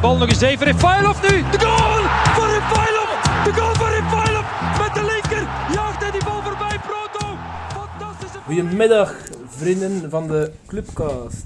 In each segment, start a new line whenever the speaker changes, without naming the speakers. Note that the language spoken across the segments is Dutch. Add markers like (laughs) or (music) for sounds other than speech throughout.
bal nog eens even. Refailov nu. De goal van Refailov. De goal van Refailov. Met de linker jaagt hij die bal voorbij. Proto. Fantastische...
Goedemiddag, vrienden van de Clubcast.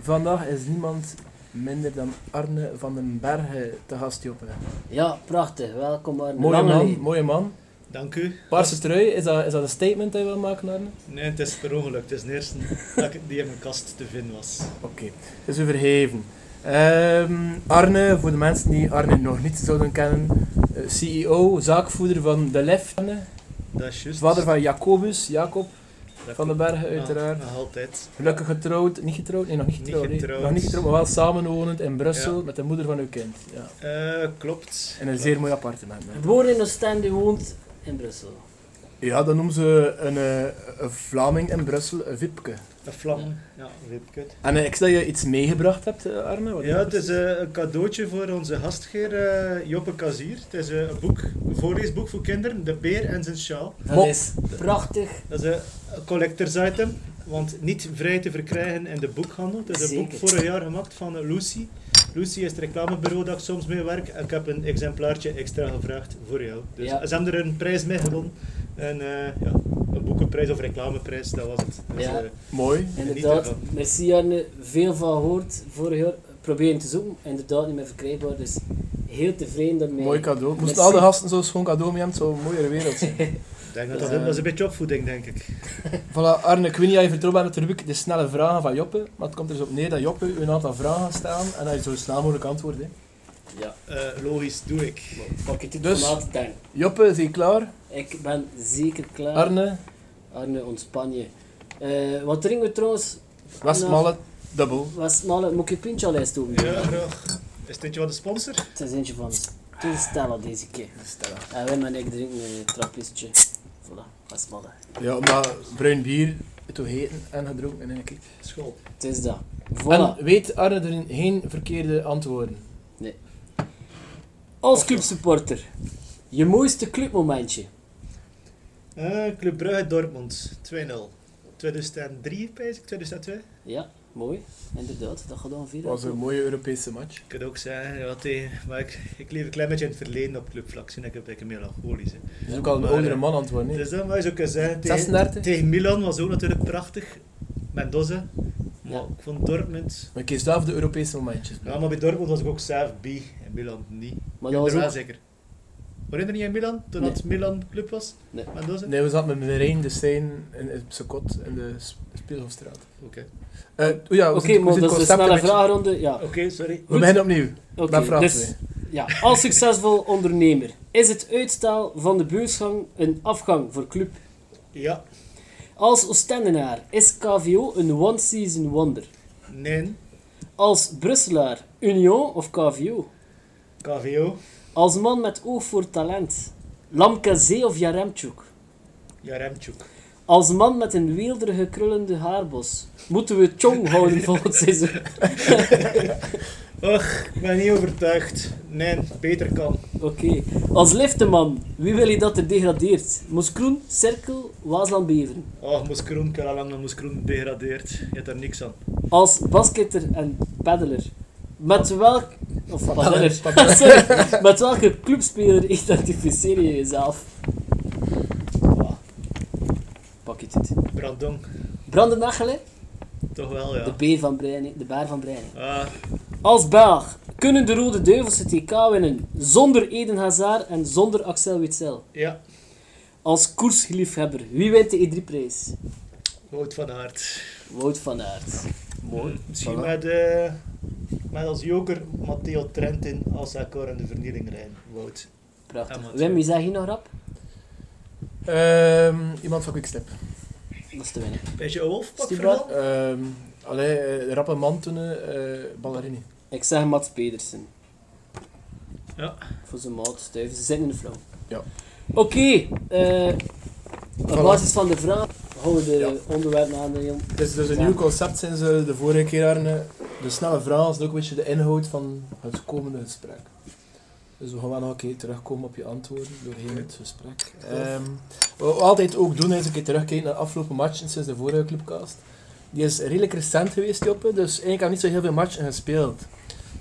Vandaag is niemand minder dan Arne van den Bergen te gast, Joppe.
Ja, prachtig. Welkom aan de
Mooie
lange
man,
lijn.
mooie man.
Dank u.
Paarse trui, is dat, is dat een statement dat je wil maken, Arne?
Nee, het is per ongeluk. Het is de eerste dat ik die in mijn kast te vinden was.
Oké, het is u verheven. Ehm, Arne, voor de mensen die Arne nog niet zouden kennen, eh, CEO, zaakvoerder van De Lef, Arne.
Dat is juist.
vader van Jacobus, Jacob
Dat
van den Bergen uiteraard.
Nog altijd.
Gelukkig getrouwd, niet getrouwd, nee, nog Ah. niet
Niet
getrouwd. hè.
getrouwd.
Nog niet getrouwd, maar wel samenwonend in Brussel
Ja.
met de moeder van uw kind. Ja.
Eh, klopt.
In een zeer mooi appartement. hè.
Geboren in Oostende, woont in Brussel.
Ja, dan noemen ze een, eh, een Vlaming in Brussel een Wipke.
Een vlam. Ja, weet ik het.
En eh, ik zie dat je iets meegebracht hebt, eh, Arne. Wat
Ja, het is eh, een cadeautje voor onze gastgeer eh, Joppe Kazier. Het is eh, een boek, een voorleesboek voor kinderen, De Beer en zijn Sjaal.
Dat
Mo-
is prachtig.
Dat is eh, een collectors item, want niet vrij te verkrijgen in de boekhandel. Het is een boek
Zeker.
vorig jaar gemaakt van eh, Lucy. Lucy is het reclamebureau dat ik soms mee werk. Ik heb een exemplaartje extra gevraagd voor jou. Dus
Ja.
ze hebben er een prijs mee gewonnen. En, eh, ja, een boekenprijs of reclameprijs, dat was het. Dus,
Ja.
eh,
Mooi.
Inderdaad.
ervan.
Merci Arne. Veel van gehoord vorig jaar. Probeer hem te zoeken. Inderdaad niet meer verkrijgbaar. Dus heel tevreden daarmee.
Mooi cadeau. Moesten
Merci.
al de gasten zo'n schoon cadeau mee hebben, zou een mooiere wereld zijn.
(laughs)
ik denk dat, dat,
eh,
dat is een beetje opvoeding, denk ik.
voilà, Arne, ik weet niet of je vertrouwd bent met de rubriek De Snelle Vragen van Joppe. Maar het komt er dus op neer dat Joppe u een aantal vragen gaat stellen en dat je zo snel mogelijk antwoordt. hè.
Ja,
Eh, logisch, doe ik.
maar pak je dit
Dus-
dus... van te denken.
Joppe, is je klaar?
Ik ben zeker klaar.
Arne,
Arne, ontspan je. Eh, wat drinken we trouwens?
Westmalle, dubbel.
Westmalle. Moet ik je pintje al eens doen?
Ja, graag. Is dit wat de sponsor?
Het is eentje van de Stella deze keer.
Stella.
En Wim en ik drinken een trappistje. Voilà, Westmalle.
Ja, maar bruin bier, het te heten en gedronken in een keer.
School.
Het is dat. Voilà.
En weet Arne er geen verkeerde antwoorden?
Als clubsupporter, je mooiste clubmomentje.
Eh, Club Brugge Dortmund, 2-0. 2003, dus pijs ik, dus 2002?
Ja, mooi. Inderdaad, dat gaat dan vieren.
Het was een mooie Europese match.
Ik kan ook zeggen, ja, tegen- maar ik, ik leef een klein beetje in het verleden op clubvlak. Zie ik een beetje melancholisch. Hè.
Dat is ook al een oudere man antwoord, nee?
Dus dat mag je ook eens zeggen. Tegen,
36?
tegen Milan was ook natuurlijk prachtig. Mendoza. Maar
Ja.
ik vond Dortmund...
Maar ik kies zelf de Europese momentjes.
Ja, maar bij Dortmund was ik ook zelf B. En Milan niet.
Maar
ik
dat was
wel
ook...
zeker. Herinner je niet in Milan? Toen
Nee.
dat Milan club was?
Nee.
Mendoza?
Nee, we zaten met mijn Rijn, de Stijn en het Sokot in de Sp- Speelhofstraat.
Oké.
Eh, oei, ja, we zitten-
Oké,
we
maar
zitten
dat is een
concept
snelle
een beetje-
vraagronde. Ja,
Oké, sorry.
We beginnen opnieuw.
oké.
met vraag
dus, ja, als succesvol ondernemer is het uitstel van de beursgang een afgang voor club.
Ja.
Als Oostendenaar is KVO een one-season wonder.
Nee.
Als Brusselaar, Union of KVO?
KVO.
Als man met oog voor talent, Lamkazee of Jaremchuk?
Jaremchuk.
Als man met een weelderige krullende haarbos, moeten we Chong houden volgend seizoen? (laughs)
Och, ik ben niet overtuigd. Nee, beter kan.
Oké. Als lifteman, wie wil je dat er degradeert? Moskroen, Cirkel, Waasland Beveren.
Oh, Moeskroen, ik heb al lang naar Moeskroen gedegradeerd. Je hebt daar niks aan.
Als basketter en paddeler, met welk... Of paddeler.
Paddeler.
(laughs) Sorry. Met welke clubspeler identificeer je jezelf? Voilà. Pak je dit.
Brandong,
Branden Mechelen,
toch wel,
de
ja.
beer van Breining, de baar van Breining.
Ah,
Als Belg kunnen de Rode Duivels het TK winnen zonder Eden Hazard en zonder Axel Witsel.
ja,
Als koersliefhebber, wie wint de E3-prijs?
Wout van Aert.
Wout van Aert.
Mooi. Misschien
voilà.
met, eh, met als joker Matteo Trentin als ze akkoord in de vernieling rijden. Wout.
Prachtig.
Amateur.
Wim, wie zeg je nog rap?
Ehm, iemand van Quickstep.
Dat is te winnen.
Beetje een wolfpak
Steve
verhaal?
Ehm allee, eh, rappe man toen, eh, eh, ballerini.
Ik zeg Mats Pedersen.
Ja.
Voor zijn maat stuiven. Ze zitten in de flow.
Ja.
Oké. eh op
Voilà.
basis van de vraag houden we de
Ja.
onderwerpen aan de jong.
Het is dus een
Ja.
nieuw concept sinds eh, de vorige keer, Arne. De snelle vraag is ook een beetje de inhoud van het komende gesprek. Dus we gaan wel nog een keer terugkomen op je antwoorden doorheen het gesprek. Ehm, wat we altijd ook doen is een keer terugkijken naar de afgelopen matchen sinds de vorige Clubcast. Die is redelijk recent geweest, Joppe, dus eigenlijk hebben we niet zo heel veel matchen gespeeld.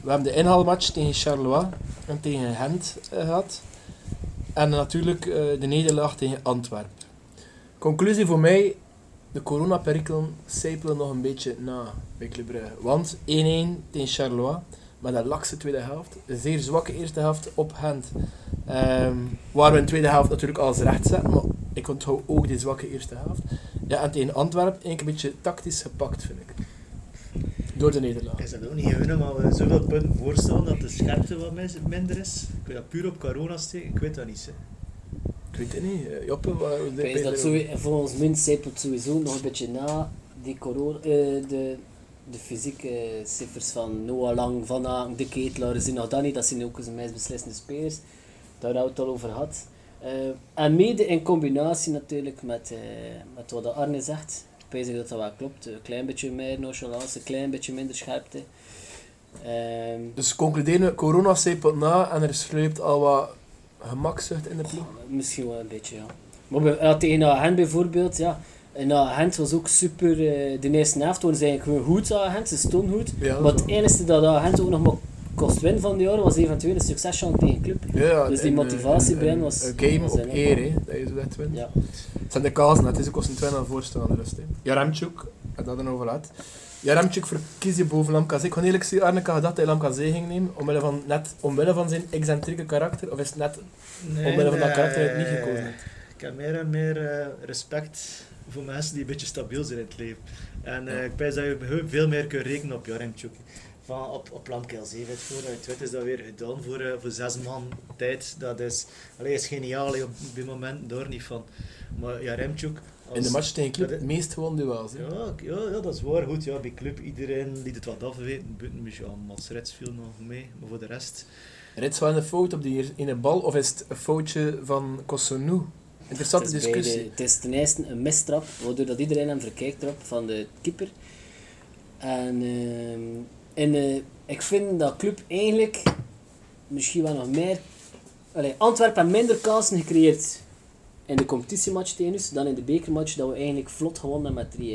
We hebben de inhaalmatch tegen Charleroi en tegen Gent eh, gehad. En natuurlijk eh, de nederlaag tegen Antwerpen. Conclusie voor mij, de coronaperikelen sijpelen nog een beetje na bij Club Brugge. Want 1-1 tegen Charleroi, met een lakse tweede helft. Een zeer zwakke eerste helft op Gent. Ehm, waar we in de tweede helft natuurlijk alles recht zetten, maar ik onthoud ook die zwakke eerste helft. Ja, en tegen Antwerpen eigenlijk een beetje tactisch gepakt, vind ik. Door de nederlaag.
Is dat ook niet gewoon maar we zoveel punten voorstellen dat de scherpte wat mis- minder is? Ik weet dat puur op corona steken, ik weet dat niet. Hè.
Ik weet het niet. eh, Joppe, wat- de-
Ik weet dat sowieso, volgens mij zijpelt sowieso nog een beetje na die corona, eh, de, de fysieke cijfers van Noah Lang, Van Aken, De Ketelaar, Zinadani, dat zijn ook eens de meest beslissende spelers. Daar hebben we het al over gehad. Eh, en mede in combinatie natuurlijk met, eh, met wat de Arne zegt. Ik weet dat dat wel klopt. Een klein beetje meer nonchalance, een klein beetje minder scherpte. Ehm,
Dus concluderen, we, corona zijpelt na en er sluipt al wat gemakzucht in de ploeg.
Misschien wel een beetje, ja. Maar bij- ja, tegen Agent bijvoorbeeld, ja. En Agent was ook super. eh, de eerste helft waren ze eigenlijk gewoon goed, Agent. Ze stonden goed.
Ja,
maar het enige dat Agent ook nog maar kost winnen van die jaren was eventueel een succesje tegen club.
Ja, ja,
Dus die
een, eh,
motivatie
een-
bij hen
een-
was-
Een game
was
op
in, hè.
eer, hè, dat je zo net wint.
Ja.
Het zijn de kazen, het is ook als een 2 aan voorstel aan de rust. hè. Jaremchuk, had dat erover laat. Jaremchuk verkies je boven Lamkazé. Ik kon eerlijk zien, Arne, ik had gedacht dat hij Lamkazé ging nemen, omwille van, net, omwille van zijn excentrieke karakter, of is het net... Omwille van dat
eh,
karakter heb ik niet gekozen.
Ik heb meer en meer eh, respect voor mensen die een beetje stabiel zijn in het leven. En eh, ik denk dat je heel- veel meer kunt rekenen op Joram Tjoek. Van op, op Lamkeel 7 vooruit wit is dat weer gedaan voor, eh, voor zes man tijd. Dat is, allee, is geniaal hè, op dit moment, daar niet van. Maar Joram Tjoek,
In de
als-
match tegen Club,
dat
het
is-
meest gewoon duels. hè.
ja, ik- ja, ja, dat is waar. Goed, ja, bij club, iedereen liet het wat afweten. Buiten misschien aan Mats Rets viel nog mee, maar voor de rest...
Rits wel een fout op die ene bal, of is het een foutje van Kossounou? Interessante
Het is beide-
discussie.
het is ten eerste een mistrap, waardoor dat iedereen hem verkijkt trap van de keeper. En, ehm, en eh, ik vind dat club eigenlijk misschien wel nog meer. Allee, Antwerpen heeft minder kansen gecreëerd in de competitiematch tegen ons dan in de bekermatch dat we eigenlijk vlot gewonnen hebben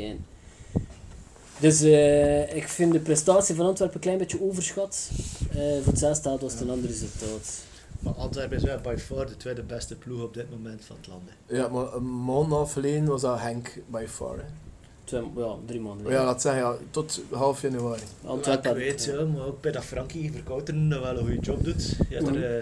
met 3-1. Dus eh, ik vind de prestatie van Antwerpen een klein beetje overschat. Eh, voor het zelfs staat was het een ander resultaat.
Maar Antwerpen is wel by far de tweede beste ploeg op dit moment van het land. hè.
Ja, maar een maand en een half geleden was dat Henk by far. hè.
Twee, ja, drie maanden.
Ja, laat zeggen, ja, tot half januari.
Ja,
Antwerpen.
ik weet, ja, maar ook bij dat Frankie Verkouteren dat wel een goede job doet. Ja, er,
Mhm.
eh,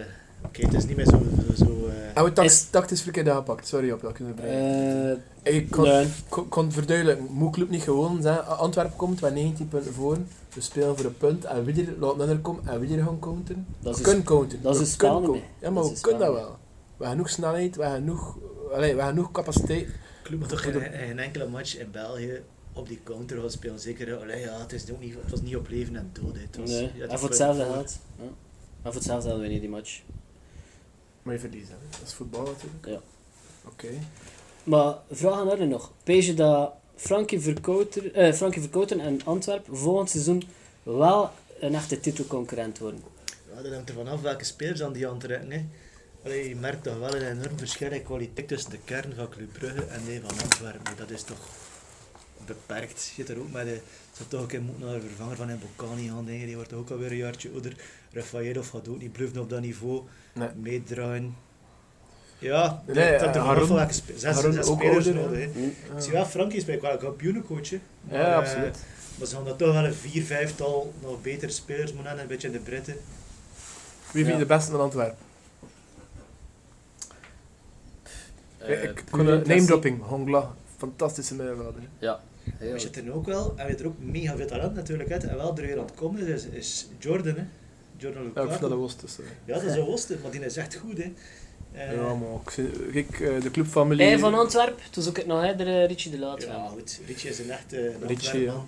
Oké, het is niet meer zo... zo, zo eh,
En we tact-
Is-
tactisch verkeerd aangepakt, sorry op dat kunnen we brengen.
Eh,
ik kon,
nee.
kon, kon verduidelijken, moet club niet gewoon zijn. A- Antwerpen komt met 19 punten voor, we spelen voor een punt en wie er laat minder komen en wie er gaan counteren.
Dat is
we
een-
kunnen counteren.
dat is
we
een
kunnen
spel niet
counteren. Ja, maar
Dat is
we
een
kunnen
spel
dat wel. We hebben genoeg snelheid, we hebben genoeg, allee, we hebben genoeg capaciteit.
club moet toch
Goed
geen,
op-
geen enkele match in België op die counter gaan spelen. Zeker, eh, allee, ja, het, is ook niet, het was niet op leven en dood. hè. Het was,
nee.
ja, het
en voor
was-
hetzelfde geld. Ja. En voor hetzelfde hadden we niet die match.
Maar je verliest, hè. dat is voetbal natuurlijk.
Ja.
Oké.
Maar vraag aan Arne nog. Pees je dat Frankie Verkouter, eh, Frankie Verkouter en Antwerpen volgend seizoen wel een echte titelconcurrent worden?
Ja, dat hangt er vanaf welke spelers aan die hand trekken. Hè. Allee, je merkt toch wel een enorm verschil in kwaliteit tussen de kern van Club Brugge en die van Antwerpen. Dat is toch beperkt. Je zit er ook met de... Ze hebben toch ook een moet naar een vervanger van Mbokani gaan. hè. Die wordt toch ook alweer een jaartje ouder. Rafaelov gaat ook niet bluffen op dat niveau.
Nee.
Meedraaien. Ja,
Nee,
dat- dat
eh,
er
Haroun-
vanaf welke spe- zes,
Haroun
zes
ook
spelers
ouder,
nodig.
hè.
hè.
Hm?
Ik zie wel, Frankie is bij wel een kampioenencoach. hè. Maar,
Ja,
eh,
absoluut.
Maar ze gaan dat toch wel een vier, vijftal nog betere spelers moeten hebben. Een beetje in de Britten.
Wie vind je
Ja.
de beste van Antwerpen? ik
pure
kon een name
klassiek.
dropping, Hongla. Fantastische middenvelder.
Ja.
Maar je zit er ook wel, en je hebt er ook mega veel talent natuurlijk uit, en wel er weer aan het komen is, is Jordan, hè. Jordan
Ja, ik vind dat dus,
Lukaku.
een worst tussen.
Ja, dat is een worsten, maar die is echt goed, hè. Eh,
Ja, maar ik vind- kijk, eh, de clubfamilie...
Hij van Antwerpen, toen zoek ik nog eerder eh, Richie de Laat.
ja, goed. Richie is een echte een
Richie,
Antwerp,
ja.
man.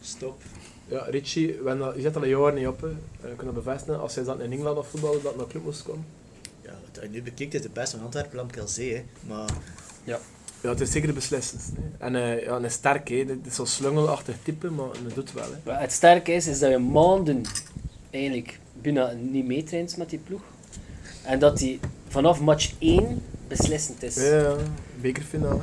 Stop.
Ja, Richie, we hebben dat- je zet al een jaar niet op. hè. Eh, Ik kan dat bevestigen. Als hij dan in Engeland of voetballen, dat naar club moest komen.
Ja, wat je nu bekijkt is de beste van Antwerpen, Lamkelzee, hè. Maar
Ja, het is zeker de beslissend. hè. En eh, ja, hij is sterk, hè. Het is zo'n slungelachtig type, maar dat doet wel. Hè.
Wat het sterke is, is dat je maanden eigenlijk bijna niet meetraint met die ploeg. En dat die vanaf match 1 beslissend is.
Ja, ja, bekerfinale.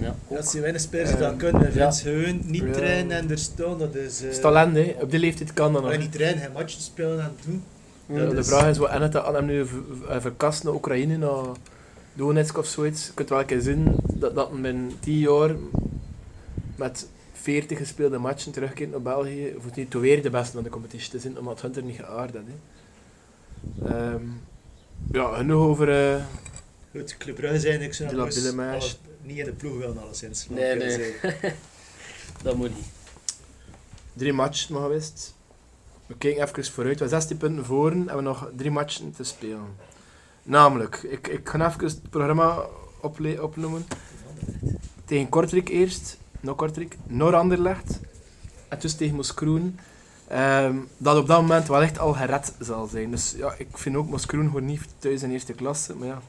Ja. Ja.
Dat zijn weinig spelers die
Ehm,
dat kunnen.
ja.
Vince Heun, niet
Ja.
trainen en er staan. Dat is... eh,
Het is talent, hè. Op die leeftijd kan dat nog.
Maar niet trainen, geen matchen spelen en doen.
Ja, de
is-
vraag is, wat en het aan hem nu v- v- eh, verkast naar Oekraïne, naar Donetsk of zoiets. Je kunt wel een keer zien dat, dat men 10 jaar met 40 gespeelde matchen terugkeert naar België. Hoeft niet te weer de beste van de competitie te zijn, omdat Hunter niet geaard had. Hè. Ehm, ja, genoeg over... eh,
Goed, Club Brugge zijn ik zou
De La
nog eens
Billemage.
alles- niet in de ploeg willen alleszins. laat
Nee,
ik wel
nee.
zeggen.
Dat moet niet.
drie matchen nog geweest. We kijken even vooruit. We zijn 16 punten voor en we hebben nog drie matchen te spelen. Namelijk, ik, ik ga even het programma ople- opnoemen. Tegen Kortrijk eerst, nog Kortrijk, nog Anderlecht. En dus tegen Moskroen. Ehm, dat op dat moment wel echt al gered zal zijn. Dus ja, ik vind ook Moskroen gewoon niet thuis in eerste klasse. Maar ja,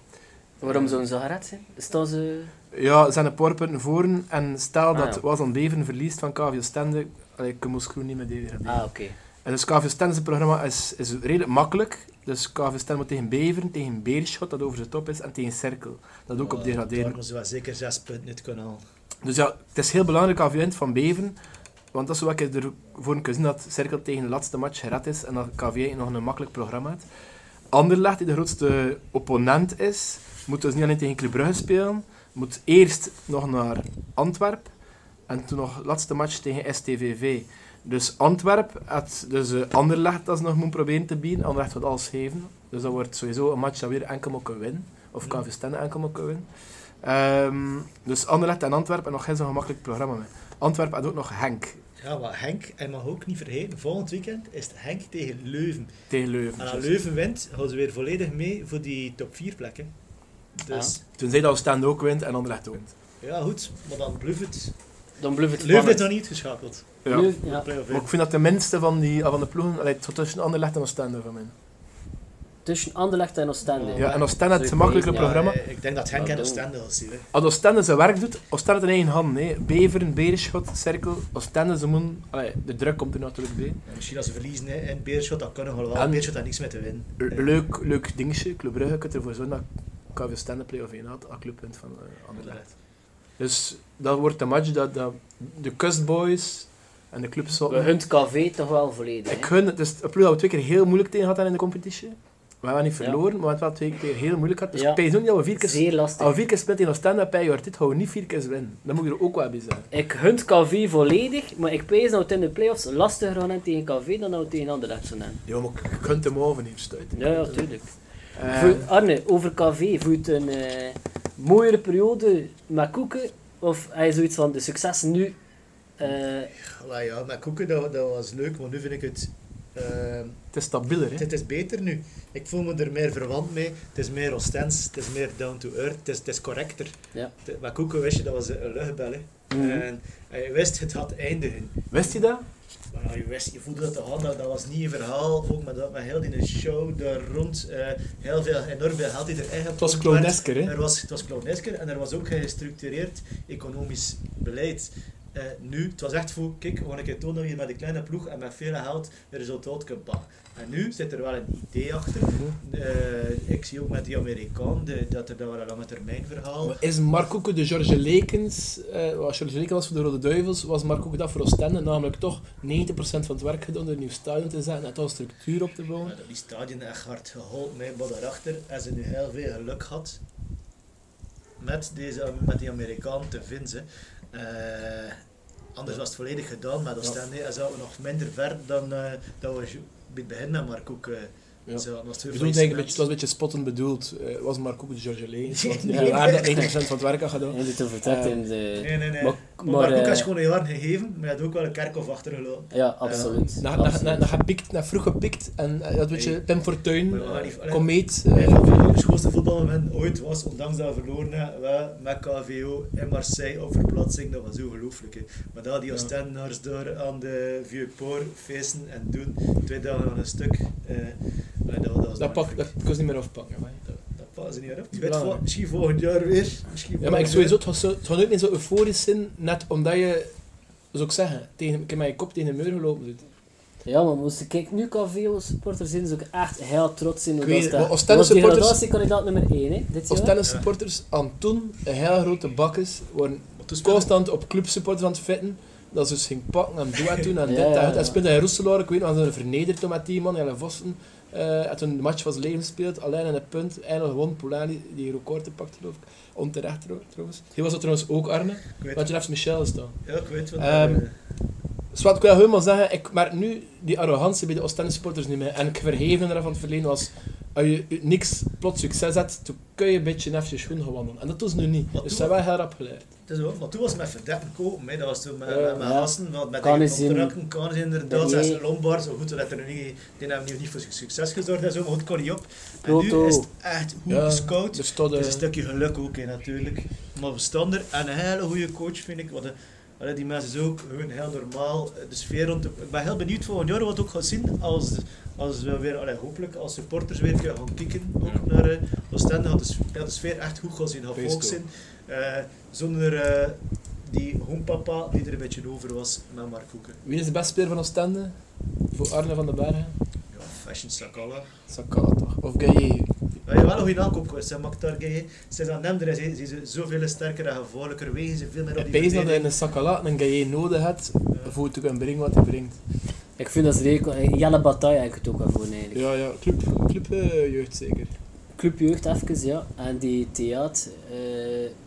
Waarom zo'n zagaret zijn? Is dat ze...
ja, er zijn een paar punten voor. En stel
Ah,
dat
ja.
Was aan Beven verliest van KVO Stende, allee, ik kan Moskroen niet meer degraderen.
Ah, oké.
En dus KV Sten's programma is, is redelijk makkelijk. Dus KV Sten moet tegen Beveren, tegen Beerschot, dat over de top is, en tegen Cirkel, dat ook op
Maar
degraderen.
Daarom zullen we zeker zes punten uit kunnen halen.
Dus ja, het is heel belangrijk KV wint van Beveren, want dat is wat ik ervoor kan zien dat Cirkel tegen de laatste match gered is en dat KV nog een makkelijk programma heeft. Anderlecht, die de grootste opponent is, moet dus niet alleen tegen Club Brugge spelen, moet eerst nog naar Antwerp en toen nog laatste match tegen STVV. Dus Antwerp, had dus eh, Anderlecht dat ze nog moet proberen te bieden. Anderlecht wordt alles geven. Dus dat wordt sowieso een match dat weer enkel moet kunnen winnen. Of KV Stende enkel moet kunnen winnen. Ehm, dus Anderlecht en Antwerpen nog geen zo'n gemakkelijk programma mee. Antwerpen had ook nog Henk
Ja, maar Henk, en mag ook niet vergeten, volgend weekend is het Henk tegen Leuven.
tegen Leuven.
En als Ah, Leuven wint, gaan ze weer volledig mee voor die top 4 plekken. Dus,
Toen zei dat Stende ook wint en Anderlecht ook wint.
ja goed, maar dan bluff het.
Dan blijft het
Leuven is nog
spannend.
niet geschakeld.
Ja.
Leuven- ja.
Play-off
Maar ik
in.
vind dat de minste van, die, van de ploegen, allee, tot tussen Anderlecht en Oostende van mij.
Tussen Anderlecht en Oostende.
Ja, en Oostende had het
Zou ik
gemakkelijker
niet-
Ja,
programma.
eh, ik denk dat Henk
Ja,
en
doen.
Oostende al zien. hè.
Als Oostende zijn werk doet, Oostende het in eigen hand. Nee. Beveren, Beerschot, Cirkel, Oostende, ze moeten... allee, de druk komt er natuurlijk bij.
En Misschien als ze verliezen hè, in Beerschot, dan kunnen we wel.
En-
Beerschot had niks meer te winnen.
Le-
Ja.
Leuk, leuk dingetje. Club Brugge kunt ervoor zorgen dat KV Stende play-off 1 had, aan clubpunt van eh, Anderlecht. Dus dat wordt de match dat, dat de Kustboys en de club
We
Sotten...
hunt KV toch wel volledig.
Ik
hè?
gun, het is een ploeg dat we twee keer heel moeilijk tegen hadden in de competitie. We hebben niet
Ja.
verloren, maar we hebben wel twee keer heel moeilijk gehad. Dus
Ja.
ik pijs ook niet dat we vier keer,
Zeer lastig.
als we vier keer spelen tegen Oostende, pijs je dit gaan we niet vier keer winnen. Dat moet je er ook wel bij zijn.
Ik hunt KV volledig, maar ik pees dat het in de playoffs lastiger gaan hebben tegen KV dan dat we tegen Anderlecht zullen hebben.
Ja, maar je kunt hem over hier stuiten.
Ja, ja, tuurlijk.
Eh,
Voel- Arne, over KV, voelt een eh, mooiere periode met Koeken? Of hij zoiets van de succes nu? eh,
Maar ja, maar koeken, dat, dat was leuk, maar nu vind ik het... ehm,
het is stabieler, hè.
Het is beter nu. Ik voel me er meer verwant mee. Het is meer ostens, het is meer down to earth, het is, het is correcter.
Ja.
Het- maar Koeken wist je, dat was een luchtbel. hè.
Mhm.
En, en je wist, het had eindigen.
Wist je dat?
Maar ja, je, wist, je voelde dat al, dat, dat was niet een verhaal. Ook met, dat, met heel die show daar rond, eh, heel veel, enorm veel geld die er eigenlijk
Het was
op werd.
clownesker, hè.
Er was, het was clownesker en er was ook gestructureerd economisch beleid. Eh, nu, het was echt voor, kijk, we gaan een keer tonen dat je met een kleine ploeg en met veel geld een resultaat kunt pakken. En nu zit er wel een idee achter.
Mhm.
Eh, ik zie ook met die Amerikaan de- dat er dan wel een lange termijn verhaal.
Maar Is Marcoeke de George Lekens, eh wat George Lekens was voor de Rode Duivels, was Marcoeke dat voor Oostende, namelijk toch 90% van het werk gedaan door een nieuw stadion te zetten en toch een structuur op te bouwen.
Maar dat die stadion echt hard geholpen heeft, maar daarachter hebben ze nu heel veel geluk gehad met, deze, met die Amerikaan te vinden. Eh, anders was het volledig gedaan, maar dat
Ja.
staan en zouden we nog minder ver dan eh dat we ju- bij het begin naar Markoek eh
Ja.
zouden. Dat was
Ik
twee
bedoel, het,
faillissementen.
eigenlijk een beetje, het was een beetje spottend bedoeld. Eh, was Marcoeke de George
(laughs)
Lekens, was
Nee.
een jaar dat 90% van het werk had gedaan.
Hij zit te vertrekken in de...
Nee, nee, nee.
Maar,
Eh. Maar,
maar,
Markoek
eh,
had gewoon een jaar gegeven, maar hij had ook wel een kerkhof achtergelopen.
ja, absoluut.
Eh, Na, na,
absoluut.
na, na gepikt, na vroeg gepikt en eh, dat weet je,
Nee.
Pim Fortuyn,
Maar we waren niet-
eh, Komeet. eh,
Een van de schoonste voetbalmomenten ooit was, ondanks dat we verloren hebben, wel met KVO in Marseille op verplaatsing, dat was ongelooflijk. hè. Maar dat die
Ja.
Oostendenaars door aan de Vieux-Port feesten en doen, twee dagen aan een stuk, eh, maar dat, dat was
dat, pak, dat
magnifiek.
kon ze niet meer afpakken. maar, ja.
Dat, dat pakken ze niet meer op. Je
is
weet,
belangrijk.
vol- misschien volgend jaar weer. Misschien
Ja, maar ik
volgend jaar.
sowieso, het was zo- het gaat nooit meer zo euforisch zijn, net omdat je, zou ik zeggen, tegen, ik heb mijn kop tegen de muur gelopen. dus doet.
Ja, maar moesten kijk, nu KVO-supporters zijn ze dus ook echt heel trots in.
Ik
Dat eh,
weet
was
het,
de-
maar
dat
Oostende
was
supporters-
degradatiekandidaat nummer 1, hè, dit
Of
jaar.
tennissupporters, aan toen een hele grote bakkes, waren constant op clubsupporters aan het fitten. Dat ze dus ging pakken en doen en doen en
Ja,
dit en
ja,
dat.
ja.
Hij speelde in Roeselaar, ik weet nog, ze zijn vernederd toen met die man, Jelle Vossen. eh en toen de match was leeg gespeeld, alleen in het punt, eindelijk gewoon Poulani die record te pakt geloof ik. Onterecht trouw- trouwens. Hij was dat trouwens ook Arne,
Ik weet
want je hebt Michel gestaan.
Ja, ik weet wat.
Ehm,
eh,
Dus wat ik wil helemaal zeggen, ik merk nu die arrogantie bij de Oostende supporters niet meer. En ik verheven ervan van het verleden was, als je uit niks plots succes hebt, toen kun je een beetje nef je schoen gewandelen. En dat doen ze nu niet.
Wat
Dus ze
doen
hebben wel heel rap geleerd.
Het is wel, maar toen was het met verdekken kopen, hè. dat was toen met,
Ja,
met mijn
ja.
hassen, want met
Kan
die
is in-
contracten, kan is inderdaad,
Nee.
zelfs Lombard, zo goed, dat er nu niet, die hebben nu niet voor succes gezorgd en zo, maar goed, kon niet op. En nu
Proto.
is het echt goed
Ja,
gescout.
er stond,
Het is
eh,
een stukje geluk ook, hè, natuurlijk. Maar we staan er en een hele goede coach, vind ik. Want, eh, allee, die mensen is ook gewoon heel normaal. eh, De sfeer rond de- Ik ben heel benieuwd volgend jaar wat we ook gaan zien als, als we weer, allee, hopelijk als supporters weer kunnen gaan kijken ook naar eh Oostende. Had de, s- ja, de sfeer echt goed gaan zien, had
Feest
volk
ook.
zien. Eh, zonder eh, die hoempapa die er een beetje over was met Mark Hoeken.
Wie is de beste speler van Oostende? Voor Arne van den Bergen?
Ja, Fashion Sakala.
Saka toch? Of Gaye?
Ja, je wel een goede aankoop geweest, hè, Maktar Gaye. Sinds aan hem er is, hè, zijn ze zoveel sterker en gevaarlijker wegen, ze veel meer op
Ik
die
pees dat
verdediging.
je een Sakala en een Gaye nodig hebt,
Ja.
voor te kunnen brengen wat hij brengt.
Ik vind dat ze redelijk- eh, Jelle Bataille heb ik het ook al voor eigenlijk.
Ja, ja, club, club eh, jeugd zeker.
Clubjeugd even, ja. En die Theat eh,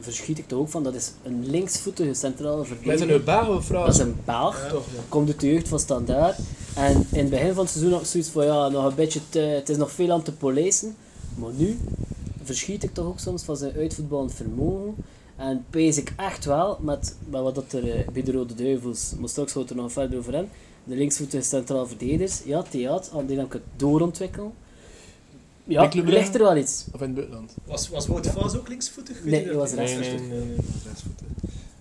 verschiet ik er ook van. Dat is een linksvoetige centrale
Maar is dat
verdediger.
nu Belgen of
Dat is
Frans?
een Belg.
Ja.
Toch, ja.
komt uit de jeugd van standaard. En in het begin van het seizoen had ik zoiets van ja, nog een beetje te- het is nog veel aan te polijsten. Maar nu verschiet ik toch ook soms van zijn uitvoetballend vermogen. En pees ik echt wel met, met wat dat er eh, bij de Rode Duivels, maar straks gaat er nog verder over in. De linksvoetige centraal verdedigers, ja, Theat, aan die heb ik het doorontwikkelen. Ja,
Bij Club Brugge?
ligt er wel iets.
Of in het buitenland?
Was, was Wout Vaas ook linksvoetig? Weet
Nee,
je
hij
dat
was
niet?
rechts.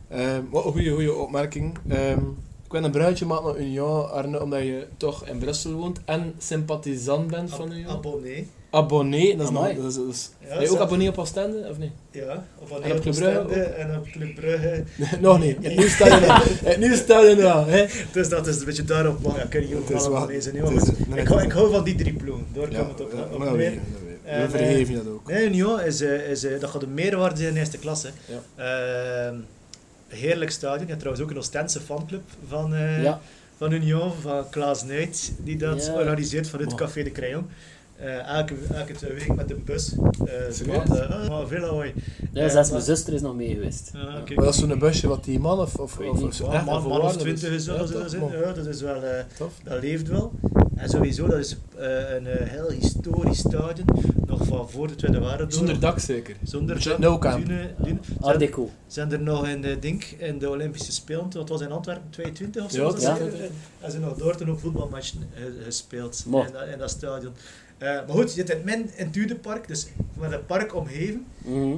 Ehm, Wat een goede, goede opmerking. Ehm, ik wil een bruidje maken naar Union, Arne, omdat je toch in Brussel woont en sympathisant bent van
Ab-
Union.
Abonnee.
Abonnee, dat is nog...
Amai.
Dat is, dat is-
Ja,
ben je ook
zelf-
abonnee op Oostende,
(laughs)
of niet?
Ja, of aan
En op
Club
Club
Brugge.
Brugge
En op Club Brugge.
nog niet. Het nieuws staat er wel. Het nieuws staat er wel, hè.
Dus dat is een beetje daarop. Maar ja, ik kan niet
Het is
overal
wel-
van deze.
het is- nee,
Ik
het
hou
is-
ik hou van die drie ploegen. Daar
Ja,
komt het op.
ja,
op
maar dat
neer.
weten we, dat weten we.
En,
We
eh,
vergeven je dat ook.
Nee, Union is, eh, is, eh, dat gaat een meerwaarde zijn in de eerste klasse.
Ja.
Ehm, heerlijk stadion. Je hebt trouwens ook een Ostense fanclub van, eh,
Ja,
van Union, van Klaas Nuit, die dat
Ja.
organiseert vanuit
Wow.
Café de Crayon. Eh, elke, elke twee weken met de bus. Eh, ze
Serieus?
maanden, eh, maar veel lawaai. eh,
ja zelfs mijn zuster is nog mee geweest.
Ah, oké.
Maar dat is zo'n busje wat die man of... of,
Weet
of,
niet.
zo-
Ja,
echt
man, man
voorwaarden
of
is.
twintig is
Ja,
dat,
toch,
dat, is-
man.
ja, dat is wel, eh,
Tof.
dat leeft wel. En sowieso, dat is eh, een eh, heel historisch stadion, nog van voor de Tweede Wereldoorlog.
Zonder dak zeker.
Zonder
Beetje
dak,
no camp.
duinen- duinen.
Art
Zijn,
Deco.
zijn er nog in de, denk, in de Olympische Spelen, dat was in Antwerpen 22 of zo,
Ja,
was dat
ja.
zeker? Eh, en zijn nog doorten ook voetbalmatchen eh, gespeeld
Mooi.
in, dat- in dat stadion. Eh, maar goed, je zit min in het Tudenpark, dus met een park omgeven,
Mhm.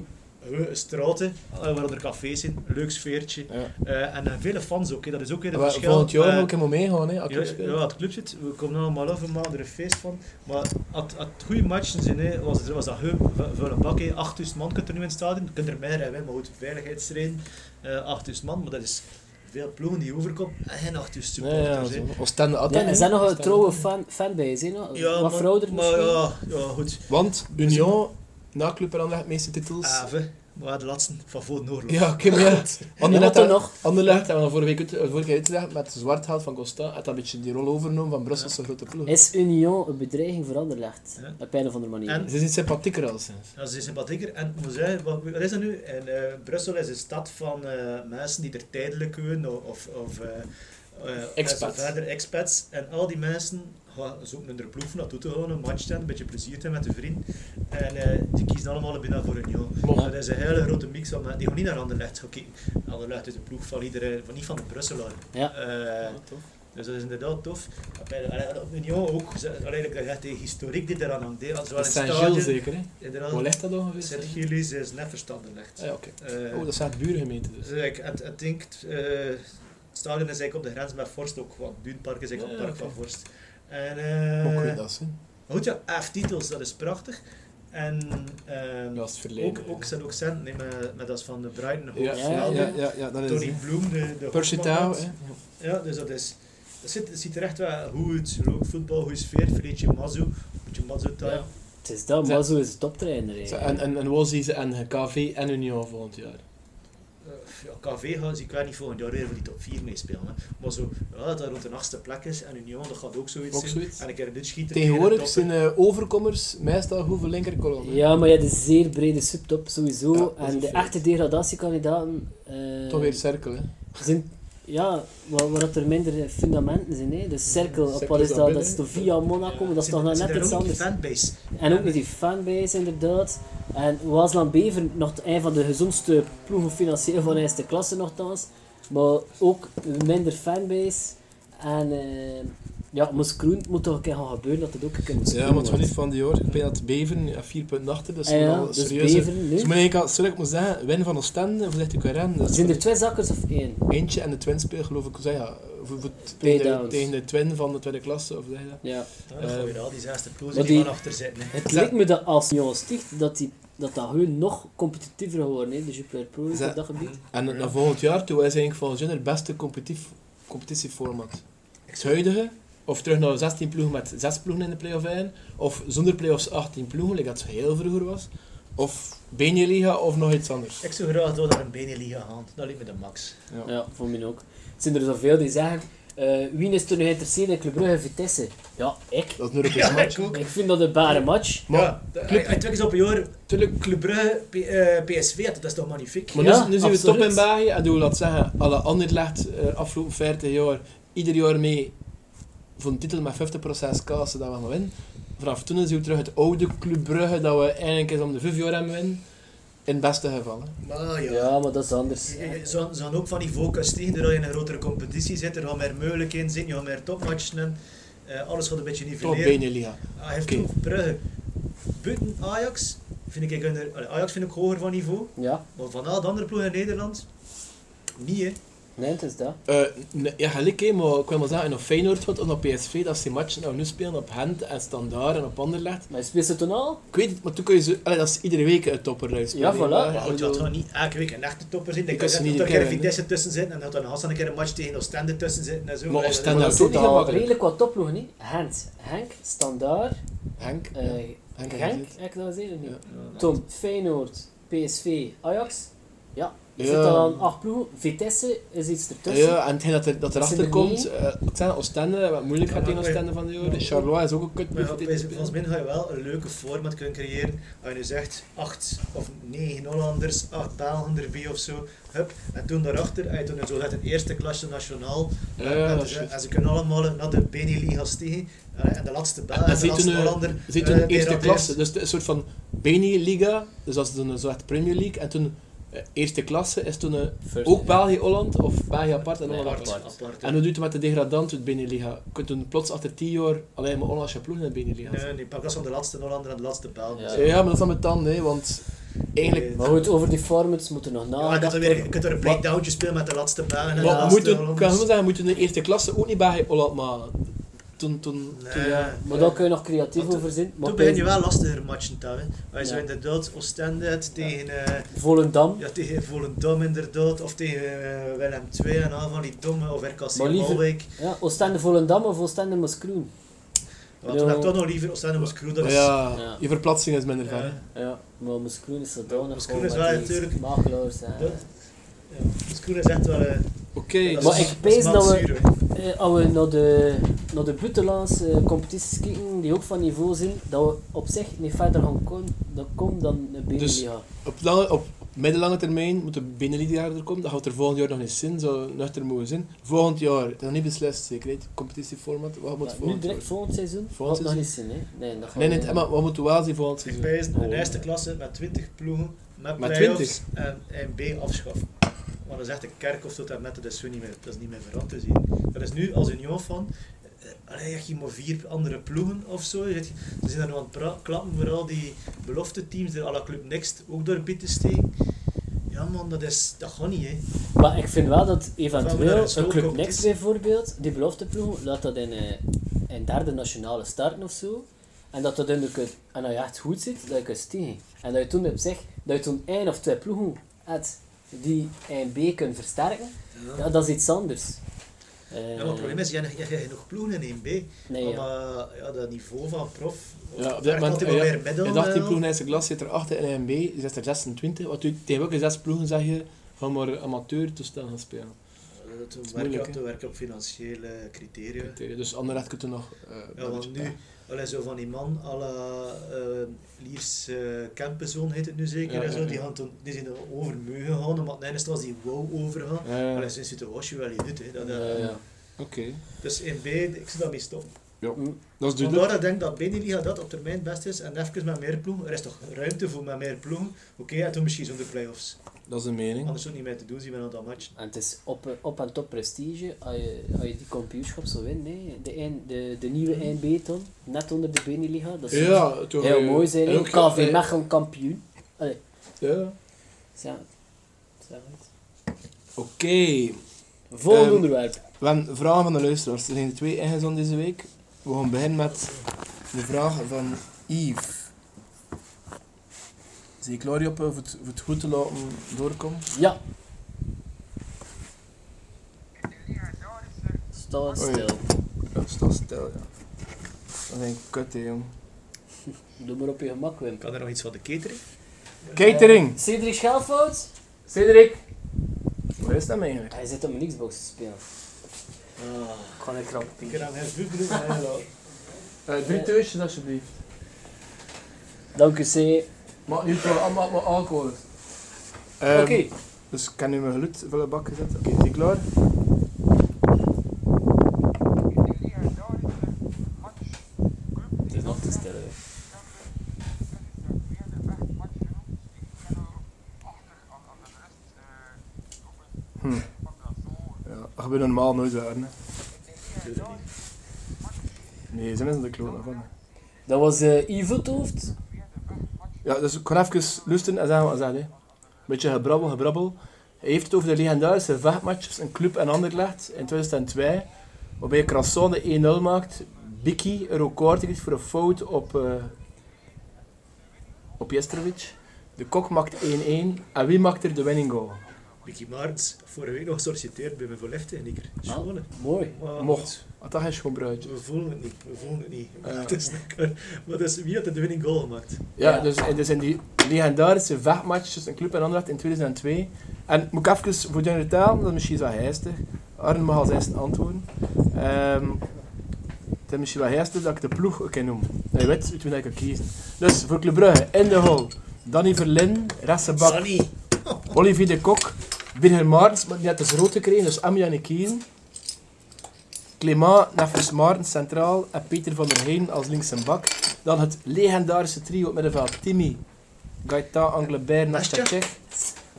eh, straten, eh, waar er cafés zijn, leuk sfeertje.
Ja.
Eh, en eh, vele fans ook, hè. dat is ook weer een
Maar
verschil.
Volgend jaar
Eh,
moet ik helemaal meegaan, hè. als ik
ja,
speel.
ja, het club zit, we komen allemaal af, we maken er een feest van. Maar had, had goede matchen zijn, hè, was, het- was dat heel vu- vuile bak. hè. 8000 man kunt er nu in het stadion, je kunt er meer hebben, maar goed, veiligheidsreden, eh 8000 man, maar dat is veel ploegen die overkomen en geen 8000
Nee, ja,
supporters. hè.
zo. Oostende
Ja,
Atten.
er zijn nog een trouwe fan, fanbase, hè, no? wat
maar-
verouder
maar,
misschien.
ja, ja, goed.
Want Union, na Club Brugge, de meeste titels.
Even, maar de laatste van voor de oorlog.
Ja, Kim,
(laughs)
ja.
Ja, maar
Anderlecht,
toch nog.
Anderlecht hebben we vorige week uit- vorige keer uitgelegd met zwart geld van Costa. Had dat een beetje die rol overgenomen van Brusselse grote ploeg.
Is Union een bedreiging voor Anderlecht?
Ja.
Op een of andere manier.
En-
Ze zijn sympathieker al sinds.
Dat is sympathieker. En ik moet zeggen, wat, wat is dat nu? En, eh, Brussel is een stad van eh, mensen die er tijdelijk wonen o- of, of eh, eh,
Expats.
en zo verder, expats. En al die mensen gaan zoeken hun ploeg om naartoe te gaan, een match te hebben, een beetje plezier te hebben met de vriend. En eh, die kiezen allemaal bijna voor een jong.
Mooi.
Dat is een hele grote mix van mensen die gaan niet naar Anderlecht gaan kijken. Anderlecht is de ploeg van iedereen, van niet van de Brusselaar.
Ja.
Eh, dus dat is inderdaad tof. Bij de- allee, Op Union ook, alleen dat de historiek die eraan hangt. hè. Zowel
Dat
in
is Saint-Gilles
stadion,
zeker, hè?
inderdaad,
Hoe ligt dat ongeveer?
Sint-Gilles is net verstanden
Ah, ja, oké.
Eh,
Oh, dat zijn buurgemeenten dus.
dus ik, ik, ik denk, eh, het stadion is eigenlijk op de grens met Forst ook, want Duinpark is eigenlijk op het
Ja,
park
oké.
van Forst. En,
Hoe kun
eh
je dat zien?
goed ja, elf titels, dat is prachtig. En ehm,
Dat is het verleden.
ook, ook zijn ook cent, nee, met, met dat is van de Brighton Hope
ja, ja, ja, ja, ja, dat is
Tony
het.
Bloem, de, de
Percy
hoofdman
Tau,
had.
hè.
Ja, dus dat is... Dat zit, ziet er echt wel goed uit. Ook voetbal, goede sfeer, Fredje Mazu. Beetje Mazu-time.
Ja.
Het is dat,
Ze-
Mazo is de toptrainer
Zo,
eigenlijk.
En, en, en Wolsey en KV en Union volgend jaar.
Eh, ja, KV gaan, zie ik wel niet volgend jaar weer voor die top 4 meespelen. Hè. Maar zo, ja, dat dat rond de achtste plek is en Union, dat gaat ook zoiets
Ook
zijn.
zoiets.
En een keer een Dutch schieten.
Tegenwoordig
een keer een
zijn eh, overkommers meestal goed voor linkerkolom.
Ja, maar je hebt een zeer brede subtop sowieso.
Ja, dat is
en
een
de
feit.
echte degradatiekandidaten eh,
Toch weer cirkel, hè.
zijn, ja, waar, waar dat er minder fundamenten zijn. Hè. Dus cirkel, op
Cirkel
wat is
is
dat?
dat
Dat is
binnen.
toch via
topper.
Monaco, maar dat is
Ja,
toch nog
zit-
net
zit daar
iets
ook die
anders.
fanbase.
En ook met die fanbase inderdaad. En Waasland Bever, nog een van de gezondste ploegen financieel van eerste klasse nogthans. Maar ook minder fanbase. En eh, ja, Moes Kroen het moet toch een keer gaan gebeuren dat het ook een keer Moes
Ja, maar
Kroen
het was niet
wordt.
van die hoor. Ik ben dat Beveren, ja, vier punten achter, dat is
Ah ja,
wel
dus
serieus. hè.
Bever nu?
Dus moet ik al ik moet zeggen, win van Oostende, of zegt de Queren, dat is
Zijn er twee zakkers of één?
eentje en de twin speel geloof ik, zeg ja, voor, voor- tegen, de,
Paydowns.
tegen de twin van de tweede klasse, of zeg je dat.
Ja.
Ja, dan gaan
Eh,
weer al die zesde ploegen
maar
die
die-
van achter zitten. hè.
Het
Zij-
lijkt me dat als Nyon sticht, dat die, dat, dat hun nog competitiever geworden is, de Jupiler Pro League
Zij-
op dat gebied.
En na volgend jaar toe is eigenlijk volgens hun het beste competitief, competitieformat. Het huidige, of terug naar 16 ploegen met 6 ploegen in de play-off één, of zonder play-offs 18 ploegen, like dat het heel vroeger was, of Beneliga of nog iets anders.
Ik zou graag door naar een Beneliga gaan. Dat lijkt me de max.
Ja.
Ja, voor mij ook. Het zijn er zoveel die zeggen, eh, wie is er nu geïnteresseerd in Club Brugge en Vitesse? Ja, ik.
Dat is een Europees match.
ook.
Ik vind dat een bare match.
Maar,
ja, de- hij- hij twee keer op een jaar
tuurlijk,
Club Brugge, P- eh, PSV, dat is toch magnifiek?
Maar
Ja,
nu, nu zien we top
absoluut.
in België en doen we dat zeggen. Alle ander legt eh, afgelopen 40 jaar ieder jaar mee voor een titel met 50% kans dat we gaan winnen. Vanaf toen zien we terug het oude Club Brugge dat we eigenlijk eens om de 5 jaar hebben winnen. In het beste geval. hè.
Maar ja. Eh,
Ja, maar dat is anders.
Je- je- Ze gaan ook van niveau kunnen stijgen doordat je in een grotere competitie zit. Er gaan meer mogelijkheden in zitten, je gaat meer topmatchen in. Eh, alles gaat een beetje
Toch
nivelleren.
Beneliga.
Ah, Hij heeft
Oké.
toch Brugge. Buiten Ajax vind ik, onder, allee, Ajax vind ik hoger van niveau.
Ja,
Maar van al de andere ploegen in Nederland, niet hè.
nee, het is dat.
Eh, nee, ja, gelijk, hè, maar ik wil maar zeggen, en op Feyenoord gaat en op PSV, dat zijn matchen dat we nu spelen op Gent en Standaard en op Anderlecht.
Maar je speelt ze toen al?
Ik weet het, maar toen kun je zo... Allee, dat is iedere week een topper eh, spelen. hè,
Ja,
maar-
voilà.
Maar goed,
ik
dat
bedoel-
gaat niet elke week een echte topper zijn. Dan
Ik eh,
kan
was
er
er niet
toch een
een
keer een
keer in,
Vitesse tussen zitten en dan gaat dan Hassan een keer een match tegen Oostende tussen zitten en zo.
Maar Oostende-
Maar
Ja,
dat zijn
totaal
toch
makkelijk.
redelijk wat topploegen, niet? Gent, Henk, Standaard,
Henk.
eh,
ja.
Henk,
Henk,
Henk, heb ik dat gezien of niet?
Ja.
Tom, Feyenoord, PSV, Ajax. Ja,
Ja.
er zit al aan acht ploegen. Vitesse is iets ertussen.
Ja, en hetgeen dat, er, dat
Dat
erachter
zijn er
komt,
niet.
eh, het zijn Oostende, wat moeilijk
Ja,
gaat tegen
maar-
Oostende van de
maar-
jaren. Charlois is ook een kut.
Maar ja, bij- volgens mij ga je wel een leuke format kunnen creëren. Als je nu zegt 8 of 9 Hollanders, 8 Belgen erbij of zo. Hup. En toen daarachter, en toen zo net een eerste klasje nationaal.
Ja,
En- en,
dat
ze- dus,
is juist.
Eh, en ze kunnen allemaal naar de Beneliga stijgen. Eh, En de laatste Belg, en
En
de
zit
laatste
een,
Hollander.
zit
eh,
een
die
eerste
dat
klasse,
eerst-
dus een soort van Beneliga, dus dat is dan een soort Premier League. En toen eh, eerste klasse is toen eh, ook België-Holland of België apart en
Nee,
Holland apart.
Apart, apart.
En hoe doet het met de degradant uit Beneliga? Je kunt toen plots achter 10 jaar alleen maar Hollandse ploegen in Beneliga.
Nee, nee, pas van de laatste Hollander en de laatste Belg. Dus, eh,
Ja.
Ja. maar dat is dan met dan, hè, want eigenlijk.
Maar goed, over die formats moeten nog
Ja, je
nadenken.
kunt er weer- je kunt er een breakdownje spelen met de laatste Belgen en de
Maar
laatste
moeten, ik kan
Hollanders.
gewoon zeggen, moeten de eerste klasse ook niet België-Holland maken. Toen, toen, toen,
Nee.
ja.
Maar daar kun je nog creatief
eh, Want,
over zijn. Maar
Toen begin je
bij
wel lastiger matchen te hebben. Als
Ja.
je zo inderdaad Oostende hebt tegen, eh,
Volendam.
ja, tegen Volendam inderdaad, of tegen eh, Willem II en al van die domme, of RKC
Maar liever-
Malwijk.
Ja, Oostende Volendam of Oostende Moskroen.
Want toen
Ja.
heb ik toch nog liever Oostende was Kroen. Dat is,
ja,
Ja.
je verplaatsing is minder
eh,
ver. hè.
Ja, maar Moskroen is
Ja,
zodanig
Moes
gewoon
Kroen is
met
wel
die
natuurlijk-
makelaars. en-
dat, ja, dus Kroen is echt wel... eh,
Oké,
dat
dus-
Maar
is-
ik
dat is
pees dat we-
maandzuur, hè.
Eh, als we naar de, naar de buitenlandse eh, competities kijken, die ook van niveau zijn, dat we op zich niet verder gaan komen dan, komen dan de
Dus
Beneliga.
op, lange, op middellange termijn moet de Beneliga er komen. Dat gaat er volgend jaar nog eens in, zou nuchter mogen zijn. Volgend jaar, het is nog niet beslist zeker, hè, het competitieformat. Wat moet
Maar nu
volgend
direct
jaar?
volgend seizoen?
Volgend
Volgend seizoen? nog niet zien, hè? Nee, dat gaat
Nee,
niet.
nee, maar wat moeten we wel zien volgend
Ik
seizoen?
pees een eerste klasse met 20 ploegen, met,
Met
playoffs en, en B afschaffen. Want dat is echt een kerk of tot daar net, dat is, zo niet meer, dat is niet meer veranderd te zien. Dat is nu als Union van, alleen heb je maar vier andere ploegen of zo. Je zit- Ze zijn daar nu aan het pra- klappen voor al die belofte teams, de à la Club Next ook door bied te steken. Ja man, dat, is, dat gaat niet hè.
Maar ik vind wel dat
Van waar
eventueel
het zo
een Club
komt,
Next
is-
bijvoorbeeld, die belofteploeg, laat dat in eh, een derde nationale starten of zo. En dat dat in de cup, en dat je echt goed zit, dat je kunt stijgen. En dat je toen op zich, dat je toen één of twee ploegen hebt die een B kunnen versterken, ja. dat is iets anders. Eh,
Ja, maar het probleem is, je hebt je hebt genoeg ploegen in 1B.
Nee, ja.
Maar ja, dat niveau van prof,
Ja, op
dat
dit
is altijd
moment,
wel
ja,
meer middel. eh,
je dacht die
wel.
ploegen in zijn glas zit er 8 in NB, zit er 26. Wat doe je tegen welke zes ploegen zeg je Van maar amateur te staan gaan spelen.
Eh, Toen
is
werk je
moeilijk,
op-
hè?
toen werk je op financiële criteria.
Criteria. Dus Anderlecht kunt u nog... eh,
Ja,
belletje
want nu,
pakken.
allee, zo van die man, à la eh, Liers eh, Kempenzoon heet het nu zeker
Ja,
en zo,
ja,
die,
ja.
gaan toen, die zijn er over Meu gegaan, omdat het was die wow overgaan.
Ja,
Allee,
ja.
sinds het was je wel in dit, hè. Dat,
Ja,
eh,
ja. Oké.
Dus in B, ik zou daarmee stoppen.
Dat is
Vandaar
duidelijk.
dat ik denk dat Beneliga dat op termijn best is en even met meer ploegen. Er is toch ruimte voor met meer ploegen? Oké, en toen misschien zonder play-offs.
Dat is een mening.
Anders zou het niet meer te doen zien met dat match.
En het is op, op en top prestige als je, als je die kampioenschap zou winnen. hè. De, eind- de, de nieuwe eindbeton, net onder de Beneliga. Dat zou
Ja, toch.
heel
eh,
mooi zijn.
en
hè.
ook-
KV
eh,
Mechelen kampioen. Allee,
Ja.
zeg het. Zeg het.
Oké.
Volgende
Ehm,
onderwerp.
We hebben vragen van de luisteraars. Er zijn er twee ingezonden deze week. We gaan beginnen met de vraag van Yves. Zie ik Laurie op eh, voor het, voor het goed te laten doorkomen?
Ja. Staat
Oei.
stil.
Ja, sta stil, ja. Dat is een kut, hè, jong.
Doe maar op je gemak, Wim.
Kan er nog iets van de catering?
Catering!
Eh, Cedric Schelfout.
Cedric! Waar is dat nou eigenlijk?
Hij zit op mijn Xbox te spelen.
Ah,
Gewoon een krap
ik kan hem heel veel doen. hè, wel.
drie
teusjes, Eh, alsjeblieft.
Dank u, C.
Maar nu voor allemaal maar alcohol.
Oké.
Dus ik kan nu mijn geluid voor de bak zetten. Oké, is die klaar?
Het is nog te stil, hè.
Hm. Ja, dat gebeurt normaal nooit waar, hè.
Natuurlijk niet.
Nee, zijn mensen de klonen van. hè.
Dat was eh Ivo het hoofd.
Ja, dus ik ga even luisteren en zeggen wat ze zeggen. hè. Beetje gebrabbel, gebrabbel. Hij heeft het over de legendarische vechtmatch tussen Club en Anderlecht in 2002. Waarbij Crasson de 1-0 maakt. Bicky een record krijgt voor een fout op, eh op Jestrovic. De Kok maakt 1-1. En wie maakt er de winning goal?
Mickey Maartens, vorige week nog solliciteerd bij mijn verlefde en ik er. Schone.
Mooi.
Maar
Mocht. Had dat geen schoon bruidje?
We voelen het niet, we voelen het (laughs) niet.
Ja.
Het is lekker. Maar dus, wie had de winning goal gemaakt?
Ja,
Ja.
Dus, en dus in die legendarische vechtmatch tussen Club en Anderlecht in 2002. En moet ik even voor Johnny vertellen, dat is misschien wel heistig. Arne mag als eerste antwoorden. Ehm, het is misschien wel heistig dat ik de ploeg ook kan noemen. Dat je weet uit wie ik kan kiezen. Dus voor Club Brugge, in de hall, Danny Verlin, Rassebak,
Sunny!
Olivier de Kok, Birger Maartens, maar die had dus rood gekregen, dus Amja niet kiezen. Clément, Neffens Maartens centraal en Peter van der Heijn als linkse bak. Dan het legendarische trio op middenveld. Timmy, Gaetan, Anglebert, Nastja
Nastja.
Tsjech.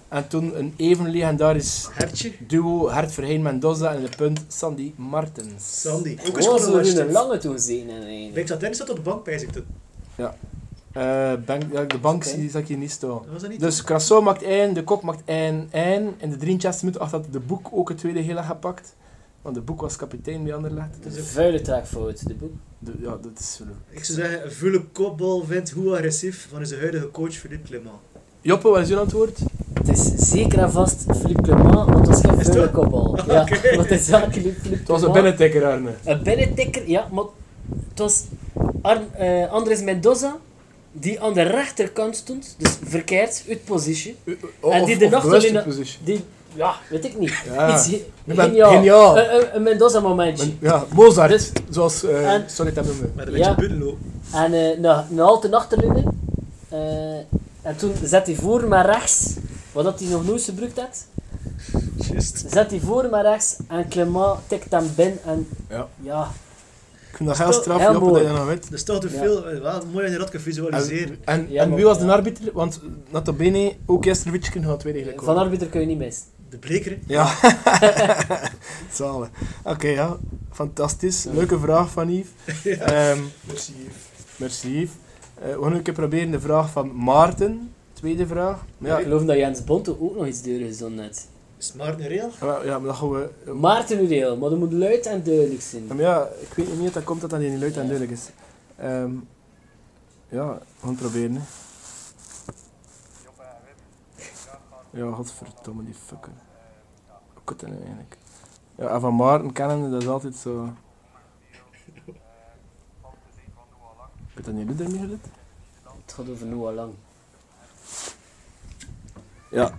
En toen een even legendarisch
Hertje.
duo Hert Verheyen Mendoza en in de punt Sandy Martens.
Sandy. Ook
Oh,
een schone
ze
match.
doen
dit.
er lange toe gezien en eigenlijk.
Ik zat in, zat op de bank, pijs ik toen.
Eh, bank, ja, de bank
Oké.
zie die zag ik hier niet staan.
Was dat niet?
Dus Crasso maakt 1, de kok maakt 1, 1. In de 63 minuten had dat de boek ook het tweede gele gepakt. Want de boek was kapitein bij Anderlecht.
Het is een vuile trackfout, de boek.
De- ja, dat is zo.
Ik zou zeggen, een vuile kopbal vindt hoe agressief van zijn huidige coach Philippe Clement.
Joppe, wat is uw antwoord?
Het is zeker en vast Philippe Clement, want het was geen
Is het
vuile
ook?
(laughs)
kopbal. Ja, want het is wel Philippe Clement.
Het was een binnentikker, Arne.
Een binnentikker, ja, maar het was Ar- eh, Andres Mendoza die aan de rechterkant stond, dus verkeerd, uit positie. En die de nacht alleen- Die, ja, weet ik niet.
Ja.
Iets ge-
Je bent
geniaal.
geniaal.
Een- Een, een Mendoza-momentje.
Ja, Mozart, zoals eh
En-
sorry dat noemde.
Met een
Ja.
beetje buitenloop.
En eh na, na al ten achterlinie. eh, en toen zet hij voor maar rechts. Wat dat hij nog nooit gebruikt had.
Just.
Zet hij voor maar rechts. En Clement tikt hem binnen. En
Ja.
ja,
Ik vind dat heel
Stel-
straf,
heel
Joppe, dat
mooi.
je dat nog weet.
Dat is toch te
Ja.
veel, eh, wel mooi dat je dat kan visualiseren.
En, en,
Ja,
en
maar-
wie was de
ja.
arbiter? Want notabene, ook Jestrovic kunnen gaan twee eigenlijk
van arbiter kun je niet missen.
De bleker, hè.
(laughs)
Ja. Zalig. Oké, ja. Fantastisch. Leuke vraag van Yves.
(laughs)
Ehm,
Merci.
merci Yves. Eh, we gaan ook een keer proberen de vraag van Maarten. Tweede vraag. Maar
Ik
ja,
geloof dat Jens Bonte ook nog iets deur gezond net.
Smart en real.
Ah, ja, ja, maar dat gaan we... eh,
Maarten Uriel, maar dat moet luid en duidelijk zijn.
maar ja, ik weet niet of dat komt dat dat hier niet luid en duidelijk is. Ehm, ja, we gaan het proberen. Hè. Ja, godverdomme die fucker. Hoe kut dat nu eigenlijk? Ja, en van Maarten kennen, dat is altijd zo... Ik weet dat niet, doet dat niet geluid?
Het gaat over Noah Lang.
Ja.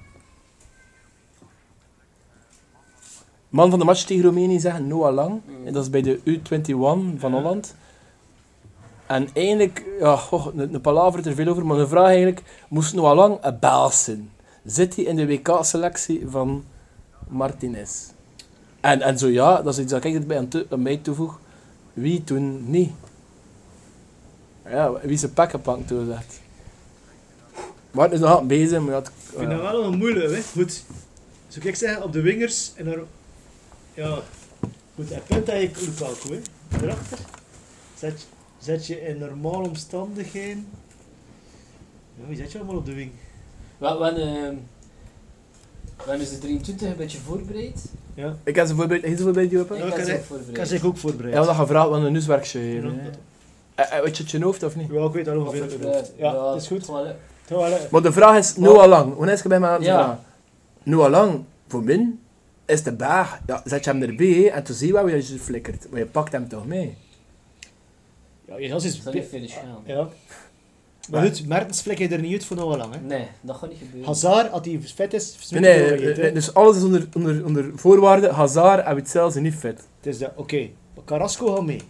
Man van de match tegen Roemenië zeggen Noah Lang.
Mm.
En dat is bij de U21 van Holland. En eigenlijk, ja, goh, een, een palaver is er veel over, maar de vraag eigenlijk, moest Noah Lang een baas zijn? Zit hij in de WK-selectie van Martinez? En, en zo ja, dat is iets dat ik erbij aan, toe- aan mij toevoeg. Wie toen niet? Ja, wie zijn pakken pakt, toen dat. Martin is nog altijd bezig, maar dat... eh,
Ik vind dat wel een moeilijk, hè. Goed. Zou ik zeggen, op de wingers en daar... Ja. Goed, en punt dat je Lukaku, hè. Daarachter. Zet, zet je in normale omstandigheden... Ja, wie zet je allemaal op de wing?
Wel, we hebben, we hebben ze 23 een beetje voorbereid.
Ja.
Ik heb ze voorbereid, heb je ze voorbereid, die
Ik
weapon?
Ja,
had
kan
ze
ik-
ook voorbereid.
Kan zich ook
Ja, we
voorbereid.
dat gevraagd, want een nieuwswerkje
Ja,
hier. hè.
dat-
Eh, eh, Weet je het je hoofd of niet?
Ja, ik weet al
Of
ongeveer wat je bedoelt.
voorbereid.
Ja, het is goed.
gewoon, hè.
Terwijl, eh,
Maar de vraag is Noah Lang. Hoe is je bij mij aan de
Ja.
vraag? Noah Lang, voor min, is de baag. Ja, zet je hem erbij hè, en toen zie je wel wie je flikkert. Maar je pakt hem toch mee.
Ja, je gast is...
Dat is niet verder gaan.
Ja. Maar goed, Mertens vlek je er niet uit voor nog wel lang, hè.
Nee, dat gaat niet gebeuren.
Hazard, als hij vet is,
Nee,
smijt
nee,
hij
eh,
doorgegeven, hè.
eh, dus alles is onder, onder, onder voorwaarden. Hazard en Witzel zijn niet fit.
Het is dat, oké. Maar Carrasco gaat mee.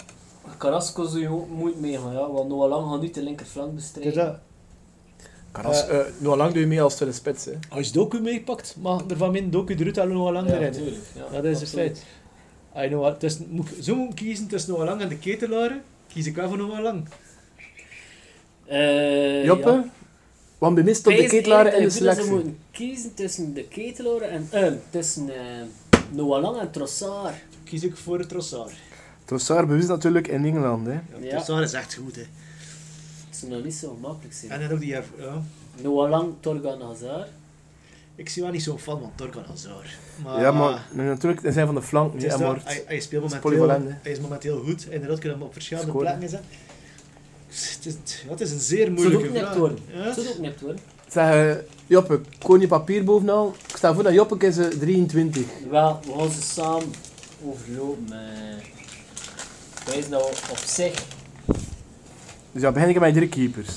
Carrasco zou je ook moeite mee gaan, ja, want Noah Lang gaat nu de linkerflank
Het is
bestrijden.
dat...
Karas, eh, Noah Lang doe je mee als tweede spits. Hè.
Als je Doku meepakt, mag er van min Doku eruit halen nog lang
ja,
erin.
natuurlijk. Ja,
dat is een
absoluut.
feit. Ah, je Noah- het is- moet ik- zo moet ik kiezen tussen Noah Lang en de ketelaren. Kies ik wel voor Noah Lang.
Eh,
Joppe?
ja.
Want bij mij stond de
Wij zijn
ketelaren in de
eigenlijk dat je
selectie.
moet kiezen tussen de ketelaren en... eh, tussen eh, Noah Lang en Trossard.
Kies ik voor Trossard.
Trossard bewijst natuurlijk in Engeland. Hè.
Ja,
Ja.
Trossard is echt goed, hè.
Het zou nog niet zo makkelijk zijn.
En dan ook die... F- Ja.
Noah Lang, Torgan Hazard.
Ik zie wel niet zo'n fan van Torkan Hazard. Maar,
ja, maar nee, natuurlijk, er zijn van Ah. de flank
Het
niet
is dat,
moord.
hij, hij speelt
is
momenteel,
polyvalent, hè.
hij is momenteel goed. Inderdaad kunnen we hem op verschillende
Scoren.
plekken zetten. Het is, ja, het is een zeer
Zou
moeilijke
ook nipt
vraag.
worden.
Ja?
Zou ook nipt worden.
Zeg, eh, Joppe, koning papier bovenal. Ik sta voor dat Joppe is eh, 23.
Wel, we gaan ze samen overlopen. eh. Wij zijn nou op zich.
Dus ja, begin ik met drie keepers.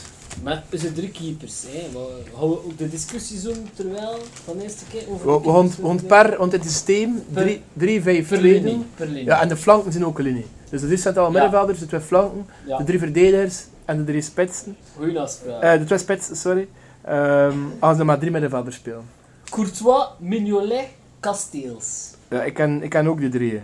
Maar we zijn drie keepers. Hè. We gaan we ook de discussie doen terwijl van de eerste keer over...
We, we gaan het- we gaan het per, want het is systeem,
Per-
3, 5,
Per
2
linie.
doen.
Per linie.
Ja, en de flanken zijn ook een linie. Dus de drie centrale
Ja.
middenvelders, de twee flanken,
Ja,
de drie verdedigers en de drie spitsen.
goeie afspraak.
Eh, de twee spitsen, sorry. Ehm als er maar drie middenvelders spelen.
Courtois, Mignolet, Kasteels.
Ja, ik ken, ik ken ook die drieën.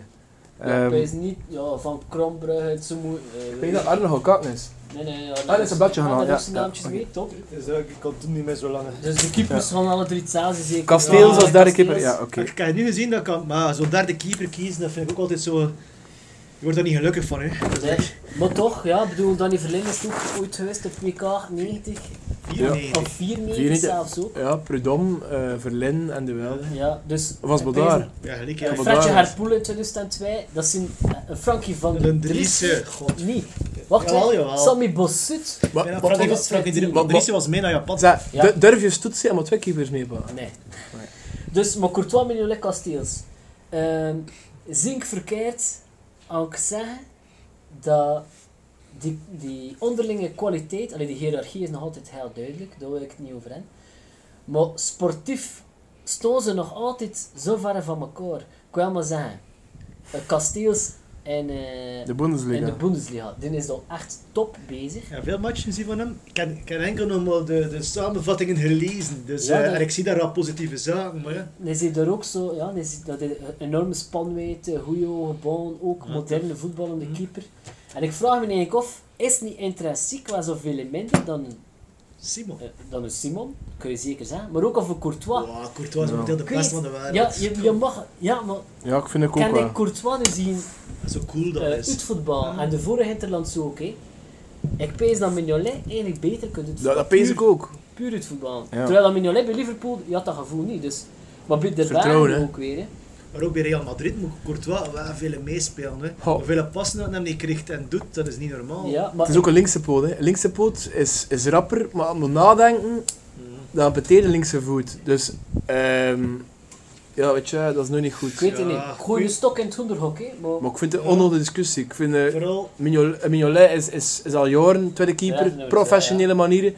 Ja,
Ehm,
wees niet ja, van Krombrugge, het zo moe. eh,
ik denk dat Arne al kakken is.
Nee, nee, ja.
dat is een bladje gaan
Ah,
halen,
dat
ja,
is
ja,
naamtjes
oké.
mee, top.
Dus, eh, ik kan toen niet meer zo lang.
Dus de keepers gaan alle drie hetzelfde zeker.
Kasteels
Ja,
als derde
Kasteels.
keeper, ja, oké.
Ik heb nu gezien dat kan, maar zo'n derde keeper kiezen, dat vind ik ook altijd zo. Je wordt daar niet gelukkig van, hè? Dat is
Nee,
echt
Maar toch, ja, ik bedoel, Danny Verlinde is toch ooit geweest op WK 90
94.
of 94
94.
zelfs ook.
Ja, Prudom, eh Verlin en de Welde.
Ja, dus...
Was Bodaar.
Ja, gelijk,
Ja,
ja.
Bodaar.
Fredje Harpoel in 2002, dat zijn een Frankie van
Een
Dries.
Driessen, god.
Nee, wacht
Jawel,
wel,
jawel.
Sammy Bossut.
Wat-
Ja,
wat-
Frank-
wat-
was-
Frank Drie-
wat-
Van Driessen was mee naar Japan.
zeg,
Ja.
du- Durf je stoetsen en maar twee keepers mee pakken?
Nee. Dus, maar Courtois, Mignolet, Kasteels. Ehm zink verkeerd, al ik zeggen dat die, die onderlinge kwaliteit, allee, die hiërarchie is nog altijd heel duidelijk, daar wil ik het niet over hebben. Maar sportief stonden ze nog altijd zo ver van elkaar. Ik wil maar zeggen, eh, Kasteels en, eh,
De
in de
Bundesliga.
Bundesliga, die is al echt top bezig.
Ja, veel matchen zien van hem. Ik heb, ik heb enkel nog maar de, de samenvattingen gelezen. Dus
Ja,
eh,
dat-
en ik zie daar wel positieve zaken. Maar, ja.
Je ziet er ook zo, ja, je ziet dat hij een enorme eh, spanwijdte, goede ogen ballen, ook moderne voetballende keeper. En ik vraag me eigenlijk af, is niet intrinsiek wel zoveel minder dan, een-
Simon.
eh, dan een Simon, kun je zeker zeggen, maar ook over Courtois.
Wow, Courtois
Ja.
is momenteel de
Ik weet-
beste van de wereld.
Ja, je, je mag, ja, maar
Ja, ik vind het ook
kan
wel.
ik Courtois nu zien
Zo cool dat
eh,
is.
uitvoetbal?
Ja.
En de vorige Interland zo ook, hè. Ik pees dat Mignolet eigenlijk beter kunt doen.
Dat, dat pees ik ook.
puur het voetbal.
Ja.
Terwijl dat Mignolet bij Liverpool, je had dat gevoel niet, dus... Maar bij de
Vertrouwen, hè.
ook weer, hè.
Maar ook bij Real Madrid moet Courtois wel veel meespelen. Hè.
Goh.
Hoeveel passen dat hem niet krijgt en doet, dat is niet normaal.
Ja, maar
Het is ook een linkse poot. Hè. Een linkse poot is, is rapper, maar aan moet nadenken, dan betekent een linkse voet. Dus, ehm ja, weet je, dat is nog niet
Ik
goed.
weet het
Ja,
niet. Gooi een
goed.
stok in het hoenderhok, hè. Maar...
Maar ik vind het een onnodige discussie. Ik vind, eh,
Vooral
Mignol- eh, Mignolet is, is, is al jaren tweede
Ja,
keeper,
dat is,
professionele manieren.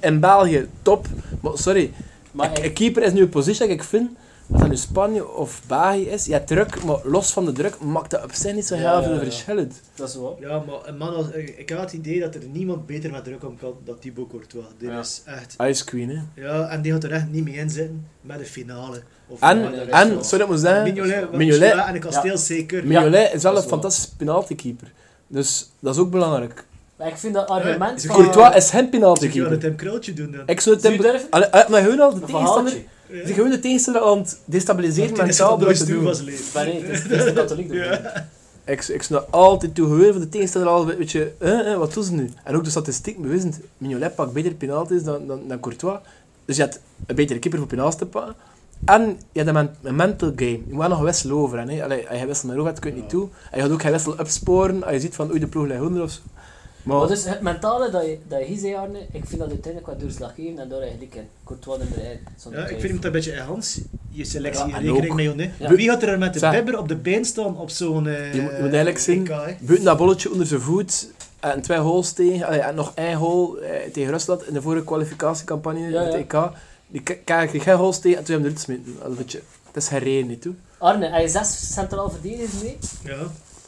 In België, top. Maar sorry,
Maar
een,
ik-
een keeper is nu een positie dat ik vind Of dat nu Spanje of Bahi is, ja, druk, maar los van de druk maakt dat op zich niet zo
Ja,
heel
ja,
veel
ja.
verschil uit.
Dat is wel.
Ja, maar een man als, eh, ik, ik had het idee dat er niemand beter met druk om kan dan Thibaut Courtois. Dit
Ja.
is echt...
Ice Queen, hè.
Ja, en die gaat er echt niet mee inzitten met de finale. Of
En,
met de rest
en
van-
sorry dat ik moet zeggen,
Mignolet, wat
Mignolet-
Mignolet en ik was heel zeker.
Mignolet is wel
dat
een
is wel.
fantastische penaltykeeper. Dus dat is ook belangrijk.
Maar ik vind dat argument
Eh,
van...
Courtois is geen
Zie je wat het
penaltykeeper.
hem kruiltje doen dan?
Ik zou het
Zou je
hem...
durven?
Allee, eh, Maar gewoon al de
Een
tegenstander...
verhaaltje.
Ja.
Ze gewoon de tegenstander aan het
Want
destabiliseren
die is
mentaal
het
door
nooit
het te
toe van
doen.
zijn leven.
Maar nee, het is, het is de katholiek doen.
Ik, ik snap altijd toe gewoon van de tegenstander al een beetje... eh, eh, wat doen ze nu? En ook de statistiek bewijst het. Mignolet pakt beter penalties dan, dan, dan Courtois. Dus je had een betere keeper voor penalties te pakken. En je had een, men- een mental game. Je moet nog wisselen over. En, allee, als je wisselt naar over, dat kun je niet toe. En je gaat ook geen wissel opsporen. Als je ziet van, oei, de ploeg ligt onder of zo.
Maar dus het mentale dat je, dat je hier zei, Arne, ik vind dat uiteindelijk wat doorslaggevend en daar eigenlijk in. Courtois nummer 1.
Ja, ik vind het een beetje eh, Hans, je selectie
Ja, en
in rekening
ook-
mee. hè.
Ja.
Wie gaat er met de
Zeg.
bibber op de been staan op zo'n. eh
Je moet- je moet eigenlijk zien-
EK, hè?
Buiten dat bolletje onder zijn voet. En twee goals tegen. allee, en nog één goal eh, tegen Rusland in de vorige kwalificatiecampagne
Ja,
met
ja.
het EK. Die k- k- kreeg geen goals tegen en toen hebben we eruit gesmeten. Dat je, het is geen reden niet toe.
Arne, hij is zes centraal verdedigers mee.
Ja.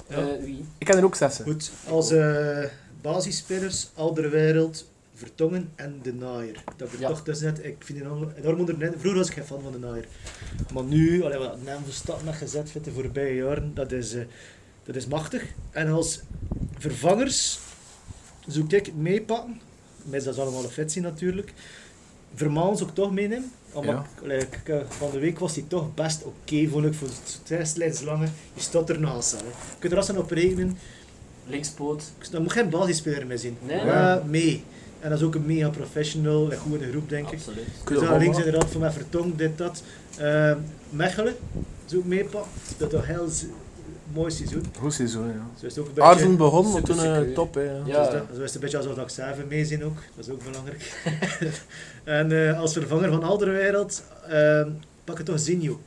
Ja.
Eh, wie?
Ik ken er ook zessen.
Goed, als eh, basisspelers, Alderwereld, Vertongen en De Naaier. Dat ik
Ja.
er toch tussen net, ik vind die naam- en daarom onder, vroeger was ik geen fan van De Naaier. Maar nu, allee, wat naam van stad met gezet vindt de voorbije jaren, dat is, eh, dat is machtig. En als vervangers zoek ik meepakken, mis dat is allemaal een fitsie natuurlijk. Vermaans ook toch meenemen. Omdat
Ja.
ik- allee, ik, eh, van de week was hij toch best oké, vond ik, voor het slechts lange. Je staat ernaast. hè. Je kunt er als een op rekenen.
Linkspoot.
Dus Daar moet geen basisspeler mee zien.
Nee,
Maar mee. En dat is ook een mega professional en goede groep, denk ik.
Absoluut.
Dus daar links inderdaad voor mij Vertong, dit, dat. Eh, Mechelen, zoek mee, pa. Dat is een heel z- mooi seizoen.
Goed seizoen, ja.
Zo is het ook een beetje...
Arden begon, maar toen eh,
supersecuur.
top, hè, ja.
Ja.
Dus dat, zo is het een beetje alsof dat ik Seven mee zien ook. Dat is ook belangrijk. (laughs) en eh, als vervanger van Alderwereld, eh pak het toch Zinho.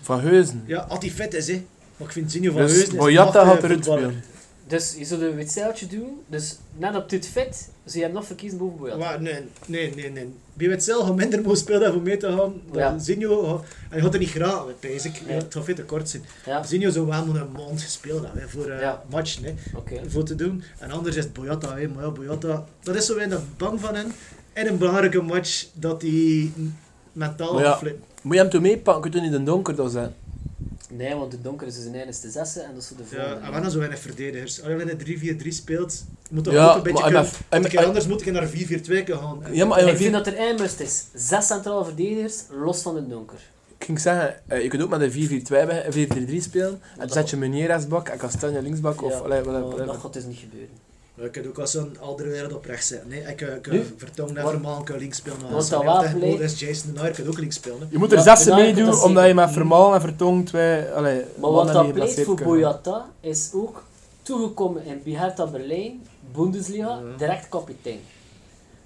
Van Heuzen.
Ja, als hij fit is, hè. Maar ik vind Zinho van
Dus
Heusden is een
Boyata
machtige
gaat eruit
voetballer.
spelen.
Dus je zult een wedstrijdje doen. Dus net op dit fit, zou je hem nog verkiezen boven Boyata.
Maar nee, nee, nee, nee. Bij Wetzel gaat minder mooi spelen dan voor mee te gaan. Dan
Ja.
Zinho gaat- en je gaat er niet graag met, pees ik.
Nee.
Het gaat veel te kort zijn.
Ja,
Zinho zou wel moeten een maand gespeeld hebben hè, voor eh
Ja.
matchen, hè,
oké.
voor te doen. En anders is het Boyata, hè. maar ja, Boyata, dat is zo weinig bang van hem. En een belangrijke match dat hij mentaal
Maar ja.
aflipt.
Moet je hem toen meepakken? Kun je toen in de donker dat zijn?
Nee, want de donker is dus een eindes te zessen en dat is voor de
Ja, ah, en
volgende.
we hebben zo weinig verdedigers. Als je in 3-4-3 speelt, moet dat
Ja,
ook een beetje
maar hij
kunnen.
heeft- hij
Want een
heeft-
keer anders moet ik naar 4-4-2 kunnen gaan.
Ja, maar eh,
ik
hij-
vind dat er één must is. Zes centrale verdedigers, los van de donker.
Ik ging zeggen, eh, je kunt ook met een 4-4-2 bij- een 4-3-3 spelen. En dan zet je Meunier rechtsbak en Castanje linksbak. Of,
Ja,
allee, whatever,
maar
whatever.
dat gaat dus niet gebeuren.
Maar Je kunt ook als zo'n andere wereld oprecht zetten. Nee, ik eh, ik
Nu?
vertong
Wat-
naar normaal, ik kan links spelen.
Wat
Als
dat
hij echt
wapen
goed
leek-
is, Jason de Nair kan ook links spelen.
Je moet er
Ja,
zes
daarna kan
meedoen,
dat
omdat je
zeker.
met Vermaal en Vertong twee... Allee,
Maar
mannen
wat
die
dat pleit
geblesseerd
voor
kunnen
Boyata is ook toegekomen in Biharta Berlijn, Bundesliga,
Mhm.
Ja.
direct kapitein.